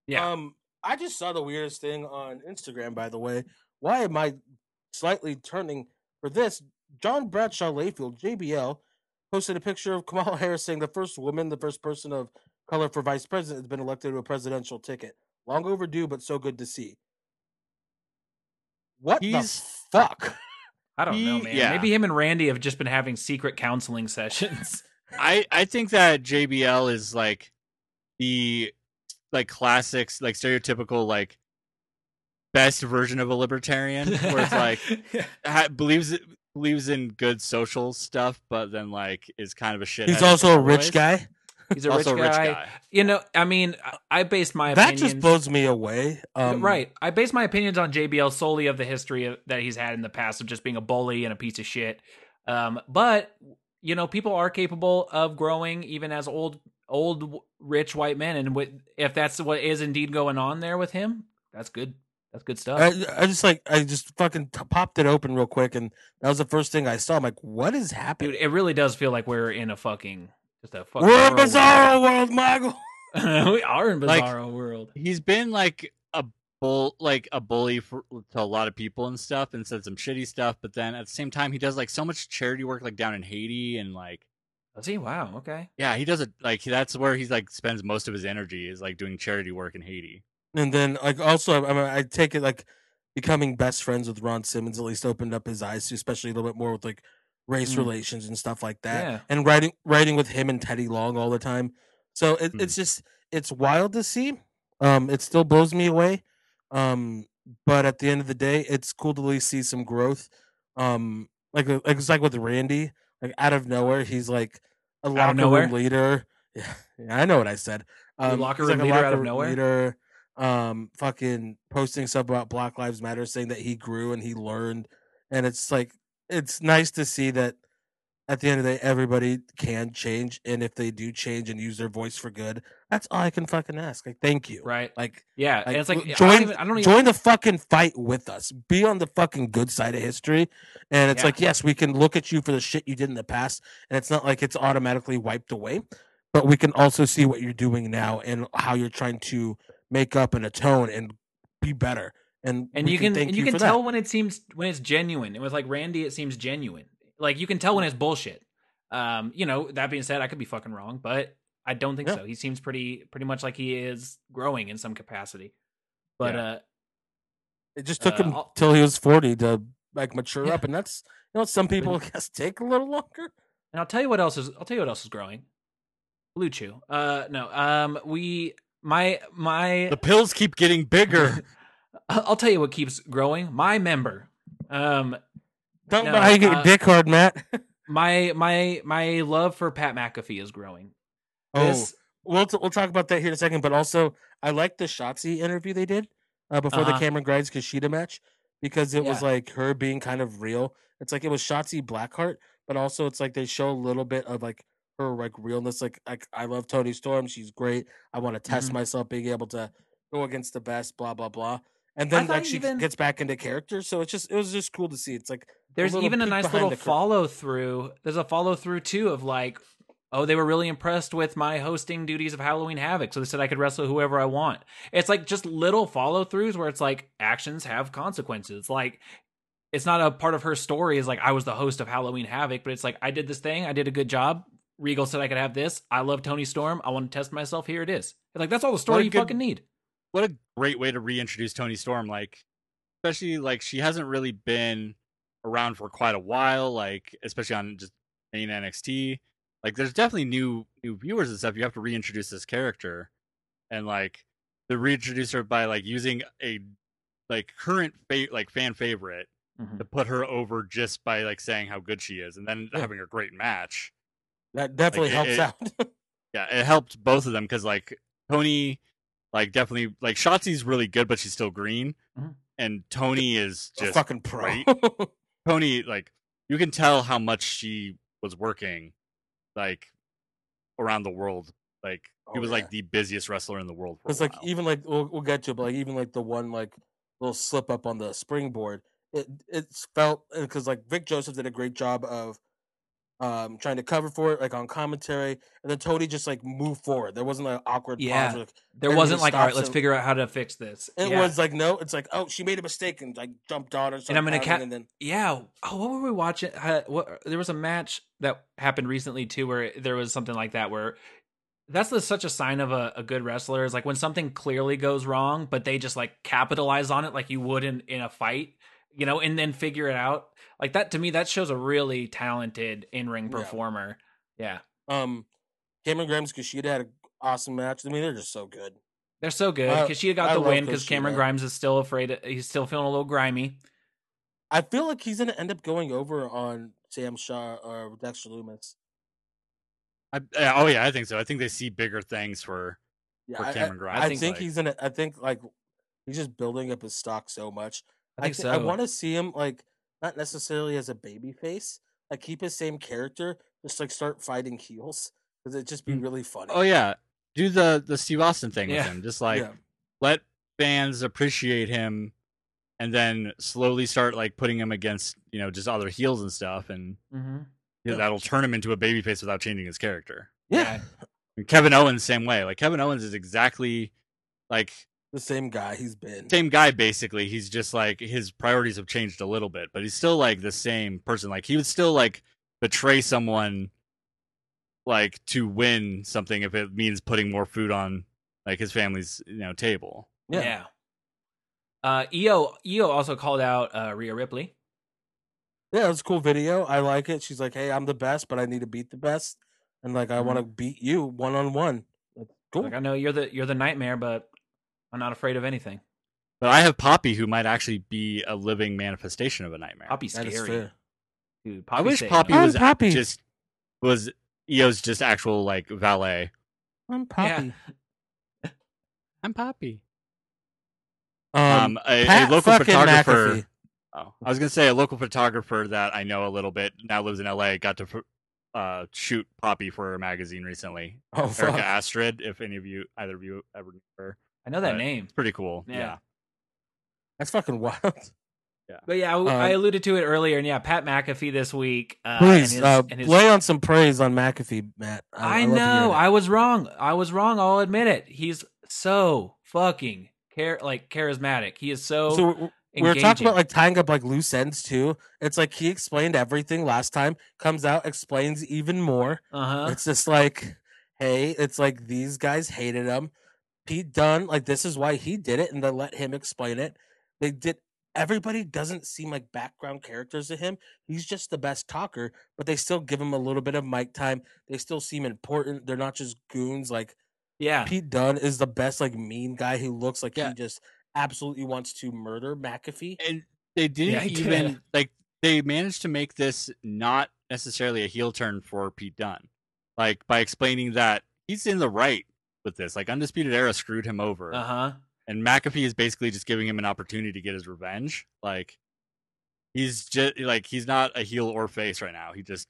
Yeah.
Um, I just saw the weirdest thing on Instagram, by the way. Why am I slightly turning for this? John Bradshaw Layfield, JBL, posted a picture of Kamala Harris saying the first woman, the first person of color for vice president, has been elected to a presidential ticket. Long overdue, but so good to see. What
He's-
the fuck?
I don't know,
He-
man.
yeah.
Maybe him and Randy have just been having secret counseling sessions.
I I think that JBL is like the like classics, like stereotypical like best version of a libertarian, where it's like ha- believes it believes in good social stuff, but then like is kind of a shit.
He's also a rich guy.
he's a,
also
rich, guy. You know, I mean, I, I based my
That
opinions.
just blows me away. Um,
right. I base my opinions on JBL solely of the history of, that he's had in the past of just being a bully and a piece of shit. Um, but you know, people are capable of growing even as old, old w- rich white men, and with, if that's what is indeed going on there with him, that's good. That's good stuff.
I, I just like I just fucking t- popped it open real quick, and that was the first thing I saw. I'm like, what is
Dude,
happening?
it really does feel like we're in a fucking just a fucking.
We're a
whirlwind.
bizarro world, Michael.
we are in
Like-
bizarro world.
He's been like a bull, like a bully for, to a lot of people and stuff, and said some shitty stuff. But then at the same time, he does like so much charity work, like down in Haiti, and like
Does he? Wow. Okay.
yeah, he does it. Like that's where he's like spends most of his energy is like doing charity work in Haiti.
And then like also, I, I, mean, I take it like becoming best friends with Ron Simmons at least opened up his eyes to, especially a little bit more with like race
Mm.
relations and stuff like that.
Yeah.
And writing writing with him and Teddy Long all the time. So it,
Hmm.
Mm.
it's just it's wild to see. Um, it still blows me away. Um, but at the end of the day, it's cool to at least see some growth. Um, like like it's like with Randy, like out of nowhere, he's like a
Out
locker
of nowhere?
room leader. Yeah, I know what I said. Um,
A locker room leader out of nowhere?
leader, um, fucking posting stuff about Black Lives Matter, saying that he grew and he learned, and it's like it's nice to see that at the end of the day, everybody can change, and if they do change and use their voice for good, that's all I can fucking ask. Like, thank you.
Right.
Like,
Yeah.
like,
and it's like
w-
I
join-
don't even. I don't even
join the fucking fight with us. Be on the fucking good side of history. And it's
Yeah.
like, yes, we can look at you for the shit you did in the past, and it's not like it's automatically wiped away, but we can also see what you're doing now and how you're trying to make up and atone and be better. And
and
we
you can,
thank
and you, can
for that.
tell when it seems when it's genuine. And with like Randy, it seems genuine. Like you can tell when it's bullshit. Um, you know. That being said, I could be fucking wrong, but I don't think
Yeah.
so. He seems pretty pretty much like he is growing in some capacity. But
Yeah.
uh,
it just took
uh,
him
I'll-
till he was forty to like mature
Yeah.
up, and that's you know some people I guess take a little longer.
And I'll tell you what else is I'll tell you what else is growing. Blue Chew. Uh no. Um we my my
The pills keep getting bigger.
I'll tell you what keeps growing. My member. Um
Talking
No,
about how you get your
uh,
dick hard, Matt.
my my my love for Pat McAfee is growing.
Oh.
This-
we'll t- we'll talk about that here in a second. But also, I like the Shotzi interview they did uh, before
Uh-huh.
the Cameron Grimes Kushida match because it was
Yeah.
like her being kind of real. It's like it was Shotzi Blackheart, but also it's like they show a little bit of like her like realness. Like like I love Tony Storm, she's great. I want to test
Mhm.
myself, being able to go against the best. Blah blah blah. And
I
then like
thought
she
even-
gets back into character, so it's just it was just cool to see. It's like
there's
little
even a
peek
nice
behind
little
the curtain.
follow through. There's a follow through too of like, oh, they were really impressed with my hosting duties of Halloween Havoc, so they said I could wrestle whoever I want. It's like just little follow throughs where it's like actions have consequences. It's like it's not a part of her story is like I was the host of Halloween Havoc, but it's like I did this thing, I did a good job. Regal said I could have this. I love Tony Storm. I want to test myself. Here it is. It's like that's all the
What
story
a
you
good-
fucking need.
what a great way to reintroduce Tony Storm. Like, especially like she hasn't really been around for quite a while. Like, especially on just main NXT. Like, there's definitely new new viewers and stuff. You have to reintroduce this character, and like, to reintroduce her by like using a like current fa- like fan favorite
Mhm.
to put her over just by like saying how good she is, and then
Yeah.
having a great match.
that definitely
it-
helps
it-
out.
Yeah, it helped both of them because like Tony, like definitely like Shotzi's really good, but she's still green,
Mm-hmm.
Mhm.
and Tony is
A
just
fucking pro.
great. Tony. Like you can tell how much she was working, like around the world. Like he
Oh,
was
yeah.
like the busiest wrestler in the world. For a
It's like e
while.
even like we'll, we'll get to it, but like even like the one like little slip up on the springboard, it it's felt because like Vic Joseph did a great job of um trying to cover for it like on commentary and then Tony just like moved forward. There wasn't like awkward
Yeah.
pause where, like,
There
Everybody
wasn't like, all right,
stops
let's
and-
figure out how to fix this.
it
yeah.
was like no, it's like oh she made a mistake and like jumped on her
And I'm gonna
somehow,
ca-
and then
yeah. Oh, what were we watching? Uh, what there was a match that happened recently too, where there was something like that. Where that's the, such a sign of a, a good wrestler is like when something clearly goes wrong, but they just like capitalize on it like you would in in a fight, you know, and then figure it out. Like that to me, that shows a really talented in ring
Yeah.
performer. Yeah,
um Cameron Grimes Kushida had an awesome match. I mean they're just so good.
they're so good.
I-
Kushida got
I
the
love
win because Cameron
Kushida.
Grimes is still afraid. He's still feeling a little grimy.
I feel like he's gonna end up going over on Sam Shaw or Dexter Loomis.
I, yeah, oh yeah, I think so. I think they see bigger things for
Yeah,
for
I, I-
Cameron
I,
Grimes.
I
think,
like-
he's gonna. I think like he's just building up his stock so much.
I think
thi-
so.
I want to see him like not necessarily as a baby face, like keep his same character, just like start fighting heels because it'd just be
Mm.
really funny.
Oh yeah, do the the Steve Austin thing
Yeah.
with him. Just like
Yeah.
let fans appreciate him, and then slowly start like putting him against you know just other heels and stuff, and you
Mm-hmm.
know,
Yeah.
that'll turn him into a babyface without changing his character.
yeah,
And Kevin Owens same way. Like Kevin Owens is exactly like
the same guy he's been.
same guy basically. He's just like his priorities have changed a little bit, but he's still like the same person. Like he would still like betray someone like to win something if it means putting more food on like his family's you know table.
Yeah.
Yeah. Uh, Io Io also called out uh, Rhea Ripley.
Yeah, it was a cool video. I like it. She's like, "Hey, I'm the best, but I need to beat the best, and like I want to beat you one on one." Like, Cool.
Like I know you're the you're the nightmare, but I'm not afraid of anything.
But I have Poppy, who might actually be a living manifestation of a nightmare.
Poppy's
That is
scary.
fair.
Dude,
I
Poppy's
wish
saying
Poppy
no.
I'm
was a-
Poppy.
just was Eo's just actual like valet.
I'm Poppy.
I'm Poppy.
Um,
Um, a, a
Pat
local
fucking
photographer.
McAfee.
Oh, I was gonna say a local photographer that I know a little bit now lives in LA. Got to ph- uh, shoot Poppy for a magazine recently.
Oh fuck.
Erica Astrid, if any of you, either of you ever knew her,
I know that
Right.
name.
it's pretty cool.
Yeah.
Yeah,
That's fucking wild.
But yeah, I, I
Um,
alluded to it earlier, and yeah, Pat McAfee this week. Uh, and
Please
his-
uh,
and his-
lay on some praise on McAfee, Matt.
I,
love to hear
know
it.
I was wrong. I was wrong. I'll admit it. He's so fucking char- like charismatic. He is so,
so we- we were talking about like tying up like loose ends too. It's like he explained everything last time, comes out, explains even more.
uh huh.
It's just like, hey, it's like these guys hated him. Pete Dunn, like this is why he did it, and they let him explain it. They did. Everybody doesn't seem like background characters to him. He's just the best talker, but they still give him a little bit of mic time. They still seem important. They're not just goons like
Yeah,
Pete Dunn is the best, like mean guy who looks like
Yeah.
he just absolutely wants to murder McAfee.
and they didn't
Yeah, he did.
even like they managed to make this not necessarily a heel turn for Pete Dunne, like by explaining that he's in the right with this. Like Undisputed Era screwed him over,
uh huh.
and McAfee is basically just giving him an opportunity to get his revenge. Like he's just like he's not a heel or face right now. He just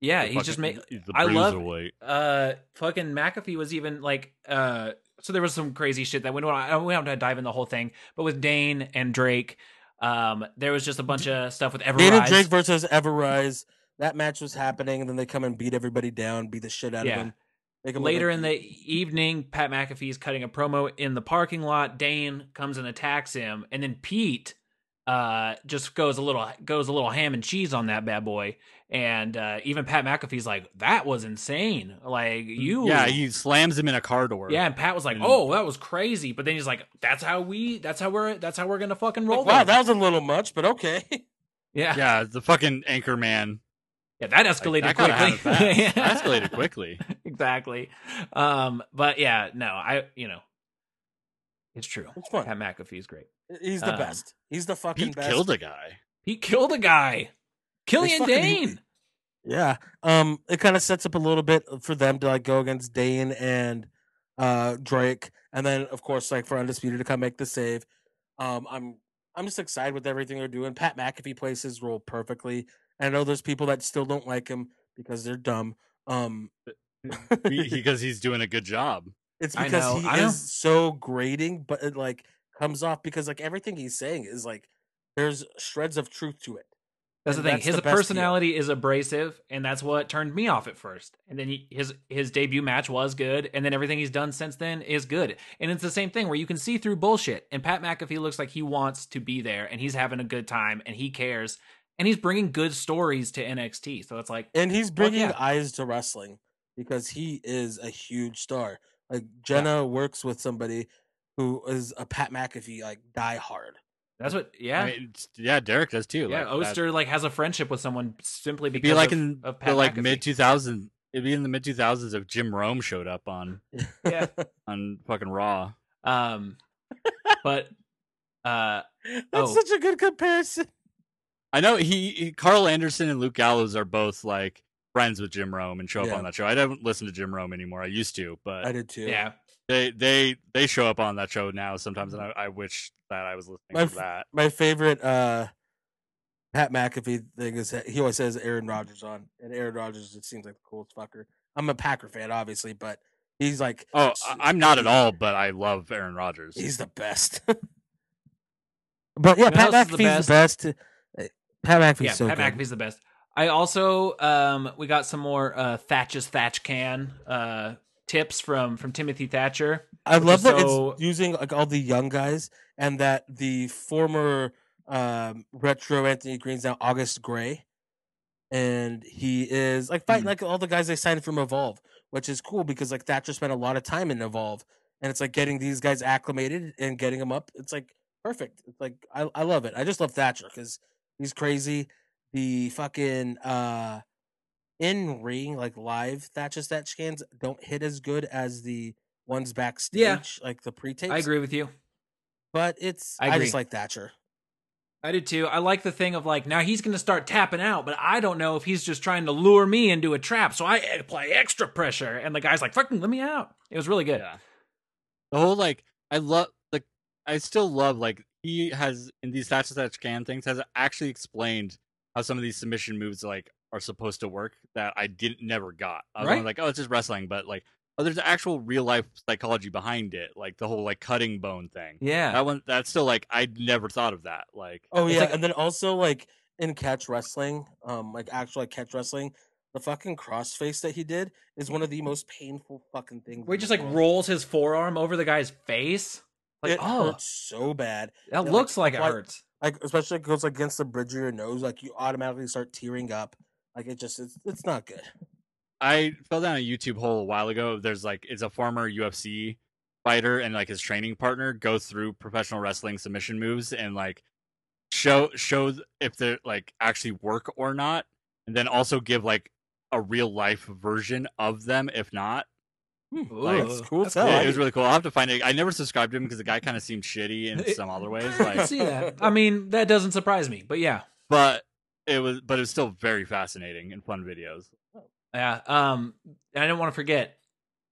Yeah,
the
he's just
fucking-
made.
he's the
I love-
bruiserweight.
uh fucking McAfee was even like uh so there was some crazy shit that went on. I we don't have to dive in the whole thing, but with Dane and Drake, um there was just a bunch of stuff with Everrise.
Dana Drake versus Everrise. That match was happening, and then they come and beat everybody down, beat the shit out
Yeah.
of him. Make him look
Later
like
in
he-
the evening, Pat McAfee is cutting a promo in the parking lot. Dane comes and attacks him, and then Pete uh just goes a little goes a little ham and cheese on that bad boy. And uh even Pat McAfee's like, "That was insane. Like you
Yeah, he slams him in a car door.
Yeah, and Pat was like,
And-
"Oh, that was crazy," but then he's like, "That's how we. That's how we're. That's how we're gonna fucking roll."
Like, wow,
then."
that was a little much, but okay.
yeah, yeah,
yeah, the fucking anchor man.
that
Like,
escalated
that gotta happen
quickly.
fast.
Yeah.
That escalated quickly.
exactly. Um, but yeah, no, I you know, it's true.
It's fun.
Pat McAfee's great.
He's the
Um,
best. He's the fucking
Pete
best.
killed a guy.
He killed a guy, Killian
fucking-
Dane.
Yeah. Um, it kind of sets up a little bit uh, for them to like go against Dane and uh Drake, and then of course like for Undisputed to come make the save. Um, I'm I'm just excited with everything they're doing. Pat McAfee plays his role perfectly. I know there's people that still don't like him because they're dumb. Um,
Because he's doing a good job.
it's
I
because
know,
he
I know.
is so grating, but it like comes off because like everything he's saying is like there's shreds of truth to it.
That's
And
the thing.
that's
his
the best deal.
personality is abrasive, and that's what turned me off at first. And then he, his his debut match was good, and then everything he's done since then is good. And it's the same thing where you can see through bullshit. And Pat McAfee looks like he wants to be there, and he's having a good time, and he cares, and he's bringing good stories to NXT. So it's like,
And he's bringing
yeah.
eyes to wrestling because he is a huge star. Like Jenna works with somebody who is a Pat McAfee like diehard.
that's what, yeah,
I mean, it's- yeah, Derek does too. like,
yeah.
that-
Oster like has a friendship with someone simply
It'd
because
be like
of,
in
of Pat
the like
McAfee.
mid 2000s. It'd be in the mid 2000s if Jim Rome showed up on
Yeah.
on fucking Raw.
Um, but uh,
That's
Oh.
such a good comparison.
I know he, he Carl Anderson and Luke Gallows are both like friends with Jim Rome and show up
Yeah.
on that show. I don't listen to Jim Rome anymore. I used to, but
I did too.
yeah.
they they they show up on that show now sometimes, and I, I wish that I was listening
Mm-hmm. My
to
f-
that.
My favorite uh Pat McAfee thing is that he always has Aaron Rodgers on, and Aaron Rodgers just seems like the coolest fucker. I'm a Packer fan, obviously, but he's like
Oh,
s-
I- I'm not at all, but I love Aaron Rodgers.
He's the best. but yeah,
Who
Pat
else is the
McAfee's the best. Uh, Pat McAfee's
yeah,
so
Pat
good.
McAfee's the best. I also um we got some more uh Thatch's Thatch can uh tips from from Timothy Thatcher.
I
which
love
is
that
so-
it's using like all the young guys and that the former um, retro Anthony Green's now August Gray, and he is like fighting
Hmm.
like all the guys they signed from Evolve, which is cool because like Thatcher spent a lot of time in Evolve, and it's like getting these guys acclimated and getting them up. It's like perfect. It's like I I love it. I just love Thatcher because he's crazy. The fucking uh in ring like live Thatcher stat scans don't hit as good as the ones backstage, like the pre tapes.
I agree with you.
But it's
I
I,
agree.
just like Thatcher.
I did too. I like the thing of like now he's going to start tapping out, but I don't know if he's just trying to lure me into a trap. So I apply extra pressure, and the guy's like, "Fucking let me out." It was really good.
Yeah. The whole like I love like I still love like he has in these Thatch Thatch Can things has actually explained how some of these submission moves like are supposed to work that I didn't never got. I was only
Right.
like, oh it's just wrestling, but like oh there's actual real life psychology behind it. Like the whole like cutting bone thing.
Yeah.
That one that's still like I'd never thought of that. Like
Oh
It's
yeah,
like-
and then also like in catch wrestling, um, like actual like catch wrestling, the fucking crossface that he did is one of the most painful fucking things.
Where
in
he just
the
like
world.
rolls his forearm over the guy's face. Like,
it
oh,
hurts so bad.
that
yeah,
looks like,
like,
it
why-
hurts.
Like especially if it goes against the bridge of your nose, like you automatically start tearing up. Like it just it's, it's not good.
I fell down a YouTube hole a while ago. There's like it's a former UFC fighter and like his training partner go through professional wrestling submission moves and like show show th- if they're like actually work or not, and then also give like a real life version of them if not.
Hmm.
like,
it's cool
that's
as hell.
cool.
Yeah,
Oh, I
it was
didn't-
really cool. I'll have to find it. I never subscribed to him because the guy kind of seemed shitty in some other ways.
I can
Like,
see that. I mean, that doesn't surprise me, but yeah.
but it was but it was still very fascinating and fun videos.
Yeah. Um, and I didn't want to forget.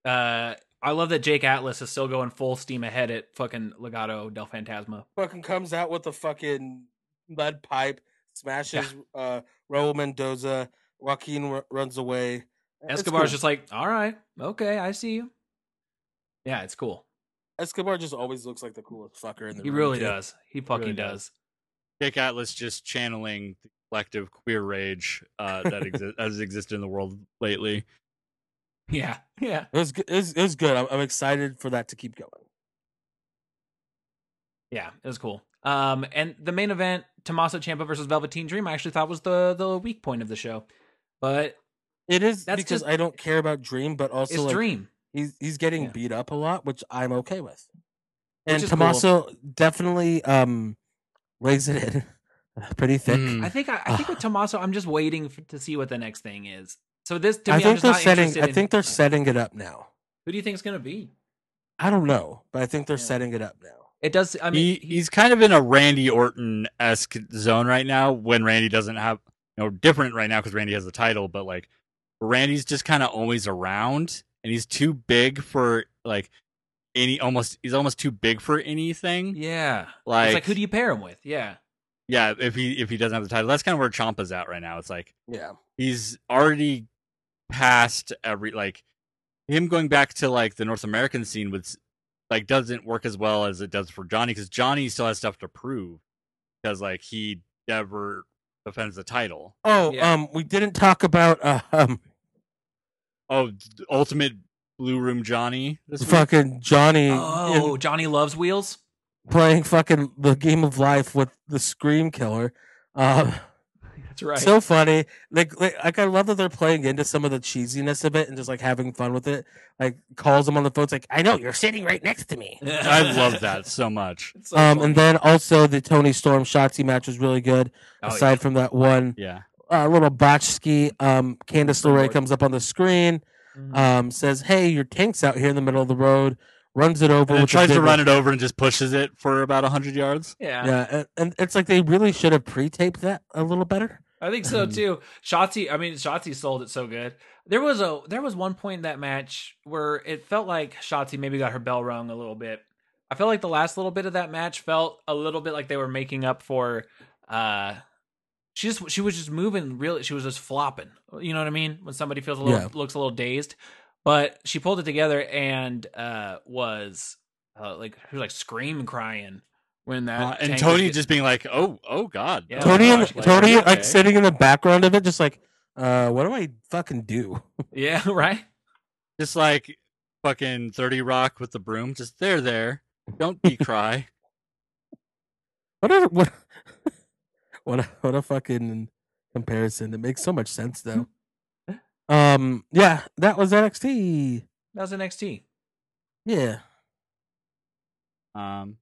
Uh, I love that Jake Atlas is still going full steam ahead at fucking Legado del Fantasma.
fucking comes out with a fucking lead pipe, smashes uh Raul Mendoza, Joaquin r- runs away. It's
Escobar's
cool.
just like, all right, okay, I see you. Yeah, it's cool.
Escobar just always looks like the coolest fucker in the
He
room,
really
too.
does. He fucking
really
does.
does. Jake Atlas just channeling the collective queer rage uh, that exi- has existed in the world lately.
Yeah, yeah,
It was good. It was, it was good. I'm, I'm excited for that to keep going.
yeah. It was cool. Um, and the main event, Tommaso Ciampa versus Velveteen Dream, I actually thought was the the weak point of the show, but
It is
That's
because
just-
I don't care about Dream, but also
it's
like,
Dream.
he's he's getting
Yeah.
beat up a lot, which I'm okay with.
Which
And
is cool.
Tommaso definitely um lays it in pretty thick.
Mm.
I think I, I think with Tommaso, I'm just waiting for, to see what the next thing is. So this to me,
I
I'm
think
just
they're
not
setting.
interested
I
in-
think they're setting it up now.
who do you think is gonna be?
I don't know, but I think they're
Yeah.
setting it up now.
It does. I mean,
he, he's kind of in a Randy Orton esque zone right now when Randy doesn't have, you know, different right now because Randy has the title, but like Randy's just kind of always around and he's too big for like any almost, he's almost too big for anything.
yeah.
Like,
it's like who do you pair him with? Yeah,
yeah, if he, if he doesn't have the title, that's kind of where Chompa's at right now. It's like,
Yeah,
he's already past every like him going back to like the North American scene with like doesn't work as well as it does for Johnny because Johnny still has stuff to prove because like he never offends the title.
Oh,
Yeah.
um, we didn't talk about uh, um
Oh, d- Ultimate Blue Room Johnny. This week?
fucking Johnny in-
Oh, Johnny loves wheels.
playing fucking the game of life with the Scream Killer. Um,
That's right.
so funny. Like, like, like, I love that they're playing into some of the cheesiness of it and just like having fun with it. Like, calls him on the phone. It's like, I know you're sitting right next to me.
I love that so much.
It's so
um,
funny.
and then also the Tony Storm Shotzi match was really good.
Oh, yeah.
aside from that one
Yeah.
uh, little botch ski, um, Candice
Lord.
LeRae comes up on the screen,
Mm-hmm.
Mhm.
um, says, "Hey, your tank's out here in the middle of the road." Runs it over.
And then
with a
tries to
big-
run it over and just pushes it for about 100 yards.
yeah.
Yeah, and, and it's like they really should have pre-taped that a little better.
I think so
Um,
too. Shotzi, I mean, Shotzi sold it so good. There was a there was one point in that match where it felt like Shotzi maybe got her bell rung a little bit. I felt like the last little bit of that match felt a little bit like they were making up for. uh She just she was just moving really. She was just flopping. You know what I mean? When somebody feels a little
Yeah.
looks a little dazed, but she pulled it together and uh was uh, like she was like scream crying when that
Uh, and
tank was
Tony
get-
just being like, "Oh, oh God."
Yeah.
oh
Tony,
my
and,
gosh, like,
Tony,
okay."
like sitting in the background of it, just like, uh, what do I fucking do?
yeah right
just like fucking Thirty Rock with the broom. Just there, there. Don't be cry.
What a what, what a what a fucking comparison. It makes so much sense though. Um, yeah, that was NXT.
that was NXT.
Yeah.
Um,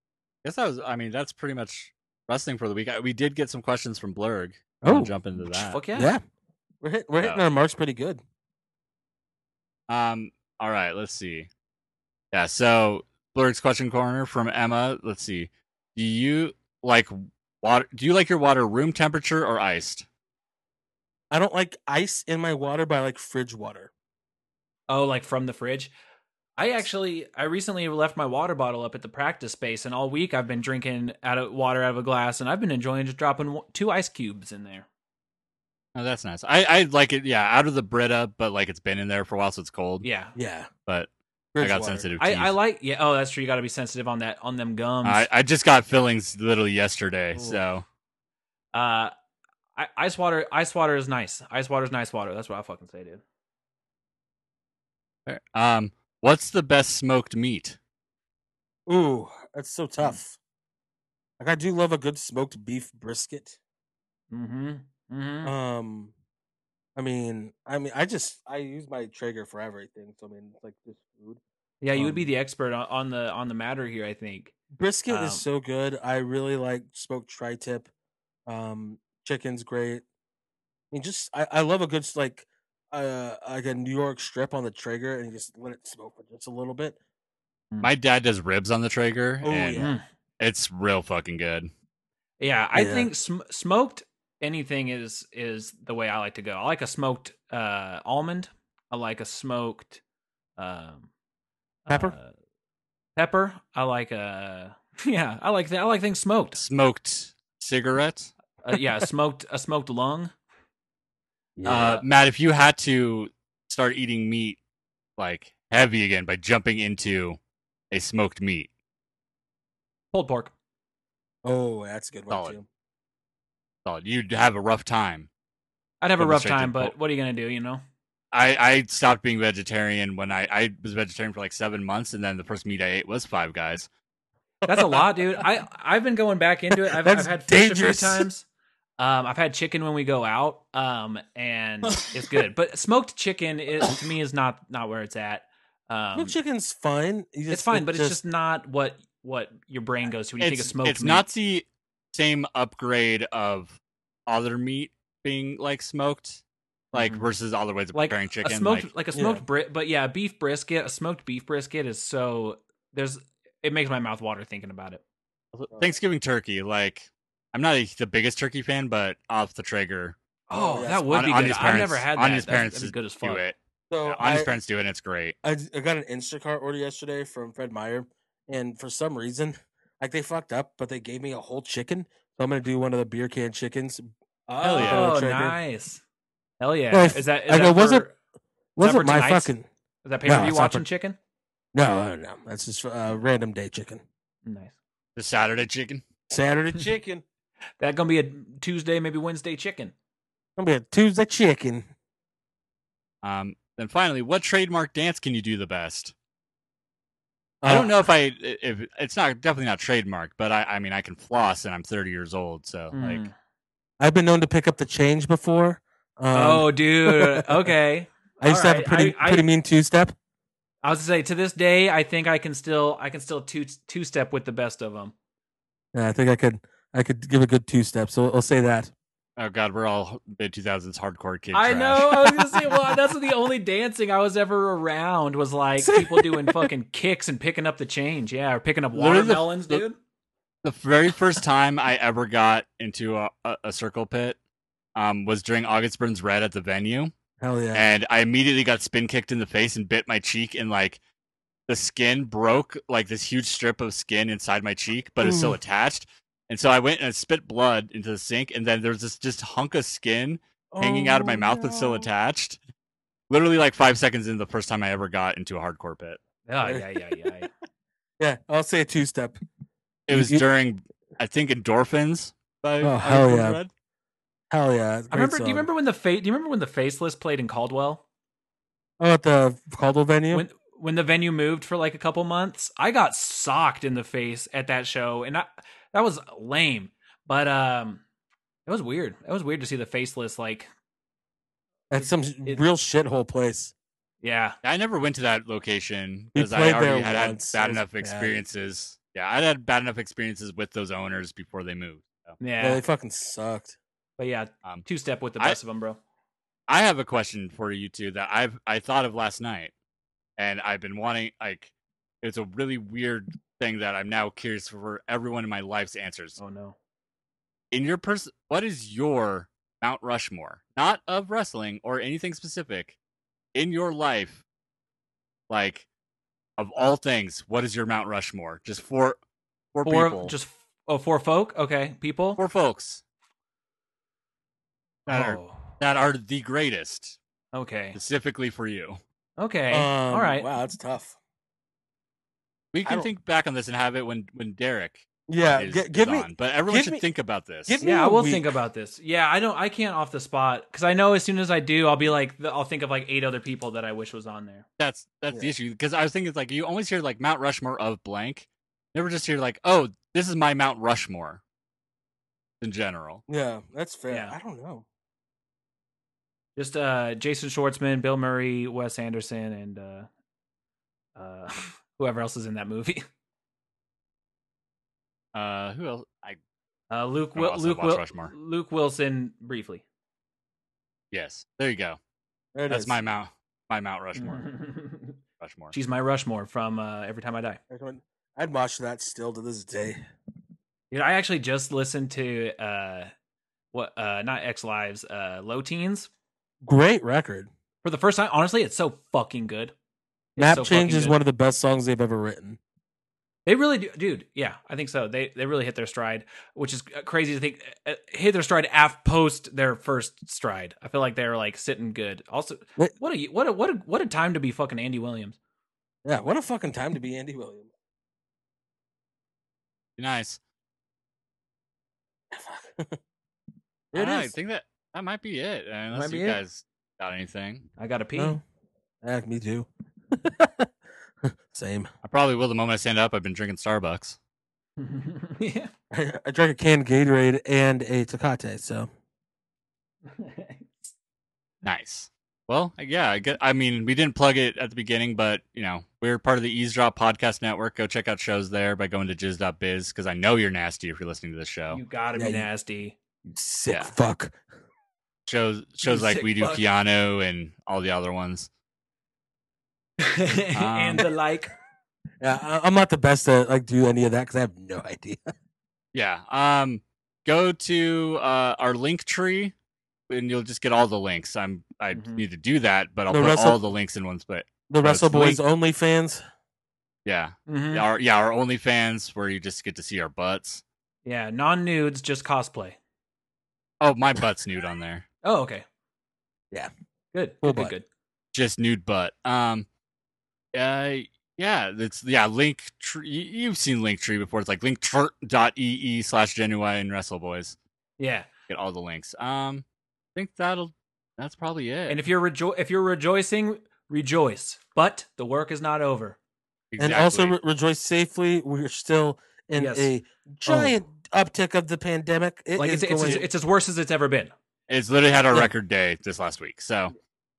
guess I was. I mean, that's pretty much wrestling for the week. I, we did get some questions from Blurg. I'll
Oh,
jump into that.
Fuck
Yeah. We're, hit, we're hitting
Yeah.
our marks pretty good.
Um, all right, let's see. Yeah, so Blurg's question corner from Emma. Let's see. Do you like water? Do you like your water room temperature or iced?
I don't like ice in my water, but I like fridge water.
Oh, like from the fridge. I actually, I recently left my water bottle up at the practice space, and all week I've been drinking out of water out of a glass, and I've been enjoying just dropping w- two ice cubes in there.
Oh, that's nice. I I like it. Yeah, out of the Brita, but like it's been in there for a while, so it's cold.
Yeah,
Yeah.
but I
Fridge
got
water.
sensitive.
I,
Teeth.
I like. Yeah. Oh, that's true. You got to be sensitive on that on them gums.
I, I just got fillings literally yesterday,
Ooh.
so
uh, I, ice water, ice water is nice. Ice water is nice water. That's what I fucking say, dude.
um what's the best smoked meat?
Ooh, that's so tough. Like I do love a good smoked beef brisket.
Mm-hmm. Mm-hmm.
Um, I mean, I mean, I just I use my Traeger for everything, so I mean, it's like just food.
yeah, you would be
um,
the expert on, on the on the matter here. I think.
Brisket
Um,
is so good. I really like smoked tri-tip. Um, chicken's great. I mean, just I, I love a good s- like uh like a New York strip on the Traeger and just let it smoke for just a little bit.
My dad does ribs on the Traeger,
Oh,
and
Mm-hmm.
yeah.
it's real fucking good.
Yeah, I
Yeah.
think sm- smoked anything is is the way I like to go. I like a smoked uh almond. I like a smoked um
Pepper?
uh, pepper. I like uh yeah, I like that. I like things smoked.
Smoked cigarette.
Uh, yeah, a smoked a smoked lung.
Uh, Matt, if you had to start eating meat like heavy again by jumping into a smoked meat,
pulled pork.
oh, that's a good one
Solid.
too.
oh, you'd have a rough time.
I'd have a
From the
rough
straight to
time, but
pork.
what are you going to do, you know?
I, I stopped being vegetarian when I, I was vegetarian for like seven months, and then the first meat I ate was Five Guys.
That's a lot, dude. I I've been going back into it. I've, I've
That's
had fish
dangerous.
a few times. Um, I've had chicken when we go out, um, and it's good. But smoked chicken is, to me is not not where it's at. Um,
Smoked chicken's fine. You
it's
just-
fine, but it's just not what what your brain goes to when you
it's,
think of smoked
it's
meat.
not the same upgrade of other meat being like smoked like
Mhm.
versus other ways of
like
preparing chicken
a smoked like, a
yeah.
smoked bri- but yeah, a beef brisket. A smoked beef brisket is so there's it makes my mouth water thinking about it.
like thanksgiving turkey like i'm not a, the biggest turkey fan but off the trigger
Oh,
Oh, yes.
that would
On-
be
on
good.
his
I've
parents-
never had that.
on his
That'd-
parents
that'd be
is-
good as
do
fuck.
it
so
yeah,
I-
uh, honest parents do it and it's great
I, I got an Instacart order yesterday from Fred Meyer, and for some reason, like they fucked up, but they gave me a whole chicken. So I'm gonna do one of the beer can chickens.
Oh,
Hell yeah.
Little trigger.
nice. Hell yeah.
Well,
is that is
I
that
know, was
for,
it- Was
for
it my
tonight?
fucking?
is that pay
No,
per view
it's not
watching
for-
chicken?
No, no, no. That's just uh, random day chicken.
Nice.
the saturday chicken
Saturday chicken.
That gonna be a Tuesday, maybe Wednesday chicken.
Gonna be a Tuesday chicken.
Um, then finally, what trademark dance can you do the best? I
Uh,
don't know
Oh.
if I if it's not definitely not trademark, but I I mean I can floss and I'm 30 years old, so
Mm.
Hmm. like
I've been known to pick up the change before. Um,
oh, dude. Okay.
I used to have a
alright,
pretty
I- I-
pretty mean two step.
I was to say to this day, I think I can still I can still two two step with the best of them.
Yeah, I think I could I could give a good two step. So I'll say that.
oh god, we're all mid 2000s hardcore kids.
I know. I was gonna say, well, that's the only dancing I was ever around was like people doing fucking kicks and picking up the change. Yeah, or picking up
Literally the-
watermelons,
the-
dude.
The very first time I ever got into a, a, a circle pit um, was during August Burns Red at the venue,
Hell yeah.
and I immediately got spin kicked in the face and bit my cheek, and like the skin broke, like this huge strip of skin inside my cheek, but it's still
Ooh.
attached. And so I went and I spit blood into the sink, and then there's this just hunk of skin hanging out of my
Oh,
mouth that's still
no.
attached. Literally, like five seconds in the first time I ever got into a hardcore pit.
Oh yeah, yeah, yeah.
Yeah, I'll say a two step.
It
You-
was
you-
during, I think, Endorphins. By
Oh,
August
hell
Burns
yeah.
Red.
Hell yeah. it's um,
I
a great
remember. Do
song.
you remember when the fa- Do you remember when the Faceless played in Caldwell?
Oh, at the Caldwell venue.
When when the venue moved for like a couple months, I got socked in the face at that show, and I, that was lame. But um, it was weird. It was weird to see the Faceless like
That's some
it-
real shithole place.
yeah.
I never went to that location
We
because I
played
already
there
had, had
once. It
bad
was
enough
bad.
experiences. Yeah, I had bad enough experiences with those owners before they moved. So.
Yeah.
Yeah. they fucking sucked.
But yeah,
Um,
two step with the
I-
best of 'em, bro.
I have a question for you two that I've I thought of last night, and I've been wanting like it's a really weird thing that I'm now curious for everyone in my life's answers.
Oh no.
in your person what is your mount rushmore not of wrestling or anything specific in your life like of all things what is your mount rushmore just for for
Four
people
just oh four folk. Okay, people.
for folks that are
oh,
that are the greatest
okay.
specifically for you
Okay.
Um,
All right.
Wow, that's tough.
we can
don't-
think back on this and have it when when derek
Yeah,
is,
gi-
is
give me.
on but everyone
give
should
me-
think about this
give me-
Yeah, I
a
will
week.
think about this. Yeah, I don't. I can't off the spot because I know as soon as I do, I'll be like, th- I'll think of like eight other people that I wish was on there.
that's that's the
Yeah.
issue because I was thinking it's like you always hear like Mount Rushmore of blank, never just hear like oh this is my Mount Rushmore. In general,
Yeah, that's fair.
Yeah.
I don't know.
Just uh, Jason Schwartzman, Bill Murray, Wes Anderson, and uh, uh, whoever else is in that movie.
uh, who else? I
Uh, Luke,
Oh,
Wil-
also
Luke,
Mount
Wil-
Rushmore.
Luke Wilson, briefly.
yes, there you go.
There it
That's
is. Mm-hmm.
my Mount my Mount Rushmore. Rushmore.
She's my Rushmore from uh, Every Time I Die.
Everyone- I'd watch that still to this day.
Dude, I actually just listened to uh what uh not X Lives, uh Low Teens
Great record.
for the first time. Honestly, it's so fucking good. It's
Map
so fucking
Change is
good.
one of the best songs they've ever written.
They really do, dude. Yeah, I think so. They they really hit their stride, which is crazy to think uh, hit their stride af post their first stride. I feel like they're like sitting good. Also,
What-
what a what a what a what a time to be fucking Andy Williams.
Yeah, what a fucking time to be Andy Williams.
nice.
There it
I
is.
think that that might be it. uh, Unless
Might
you
be it.
guys got anything,
I got to pee.
No. Yeah, me too. Same.
I probably will the moment I stand up. I've been drinking Starbucks.
yeah.
I, I drank a canned Gatorade and a Tecate, so
Nice. Well, I- yeah, I, get, I mean, we didn't plug it at the beginning, but you know, we're part of the Eavesdrop Podcast Network. Go check out shows there by going to jizz.biz because I know you're nasty if you're listening to this show.
You gotta
Yeah,
be
you-
nasty.
you sick
Yeah.
fuck.
shows shows
you
like
sick
we do
fuck.
Keanu and all the other ones.
Um,
and the like.
Yeah, I, I'm not the best to like do any of that because I have no idea.
Yeah. Um, go to uh, our link tree, and you'll just get all the links. I'm I
Mhm.
need to do that, but I'll
The
put
rest of-
all the links in one split.
The
That's
Wrestle Boys OnlyFans.
Yeah.
Mhm.
Our yeah our OnlyFans where you just get to see our butts.
Yeah, non nudes, just cosplay.
Oh, my butt's nude on there.
Oh, okay.
Yeah.
Good.
Full
Good, good,
butt.
good.
just nude butt. Um, uh, Yeah, it's yeah. Link, tree, you've seen Link Tree before. It's like linktree.ee slash genuine and Wrestle Boys.
Yeah.
Get all the links. Um, I think that'll. That's probably it.
And if you're rejo- if you're rejoicing, rejoice. But the work is not over.
And also re- rejoice safely. We're still in
Yes. Oh.
a giant uptick of the pandemic. It
like
is
it's it's,
going-
it's it's as worse as it's ever been.
It's literally had our
Yeah.
record day this last week. So,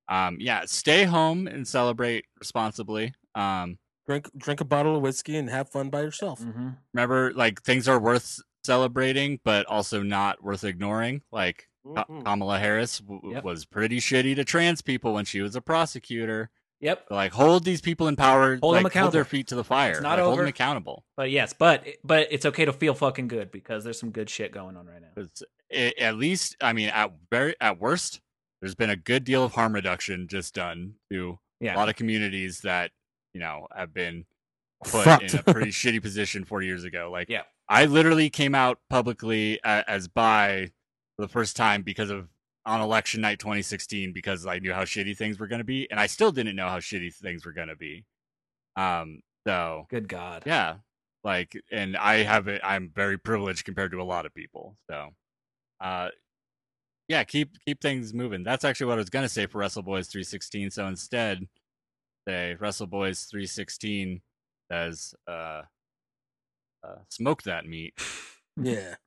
um, yeah, stay home and celebrate responsibly. Um,
drink drink a bottle of whiskey and have fun by yourself.
Mm-hmm.
remember, like things are worth celebrating, but also not worth ignoring. Like Ka-
Mhm.
Kamala Harris w- w-
Mm-hmm. Yep.
was pretty shitty to trans people when she was a prosecutor.
Yep.
Like, hold these people in power.
Hold them
like, Hold their
accountable.
feet to the fire.
It's not
like, Hold them
over.
accountable.
But yes, but but it's okay to feel fucking good because there's some good shit going on right now.
'Cause it- at least, I mean, at very at worst, there's been a good deal of harm reduction just done to a
Yeah.
lot of communities that you know have been put
Fucked.
in a pretty shitty position four years ago. Like,
Yeah.
I literally came out publicly a- as bi for the first time because of on election night 2016 because I knew how shitty things were going to be, and I still didn't know how shitty things were going to be. Um, so
Good God.
yeah, like, and I have it. I'm very privileged compared to a lot of people. So, uh, yeah, keep keep things moving. That's actually what I was gonna say for Wrestle Boys 316. So instead, say Wrestle Boys 316 says, uh, uh, smoke that meat.
Yeah.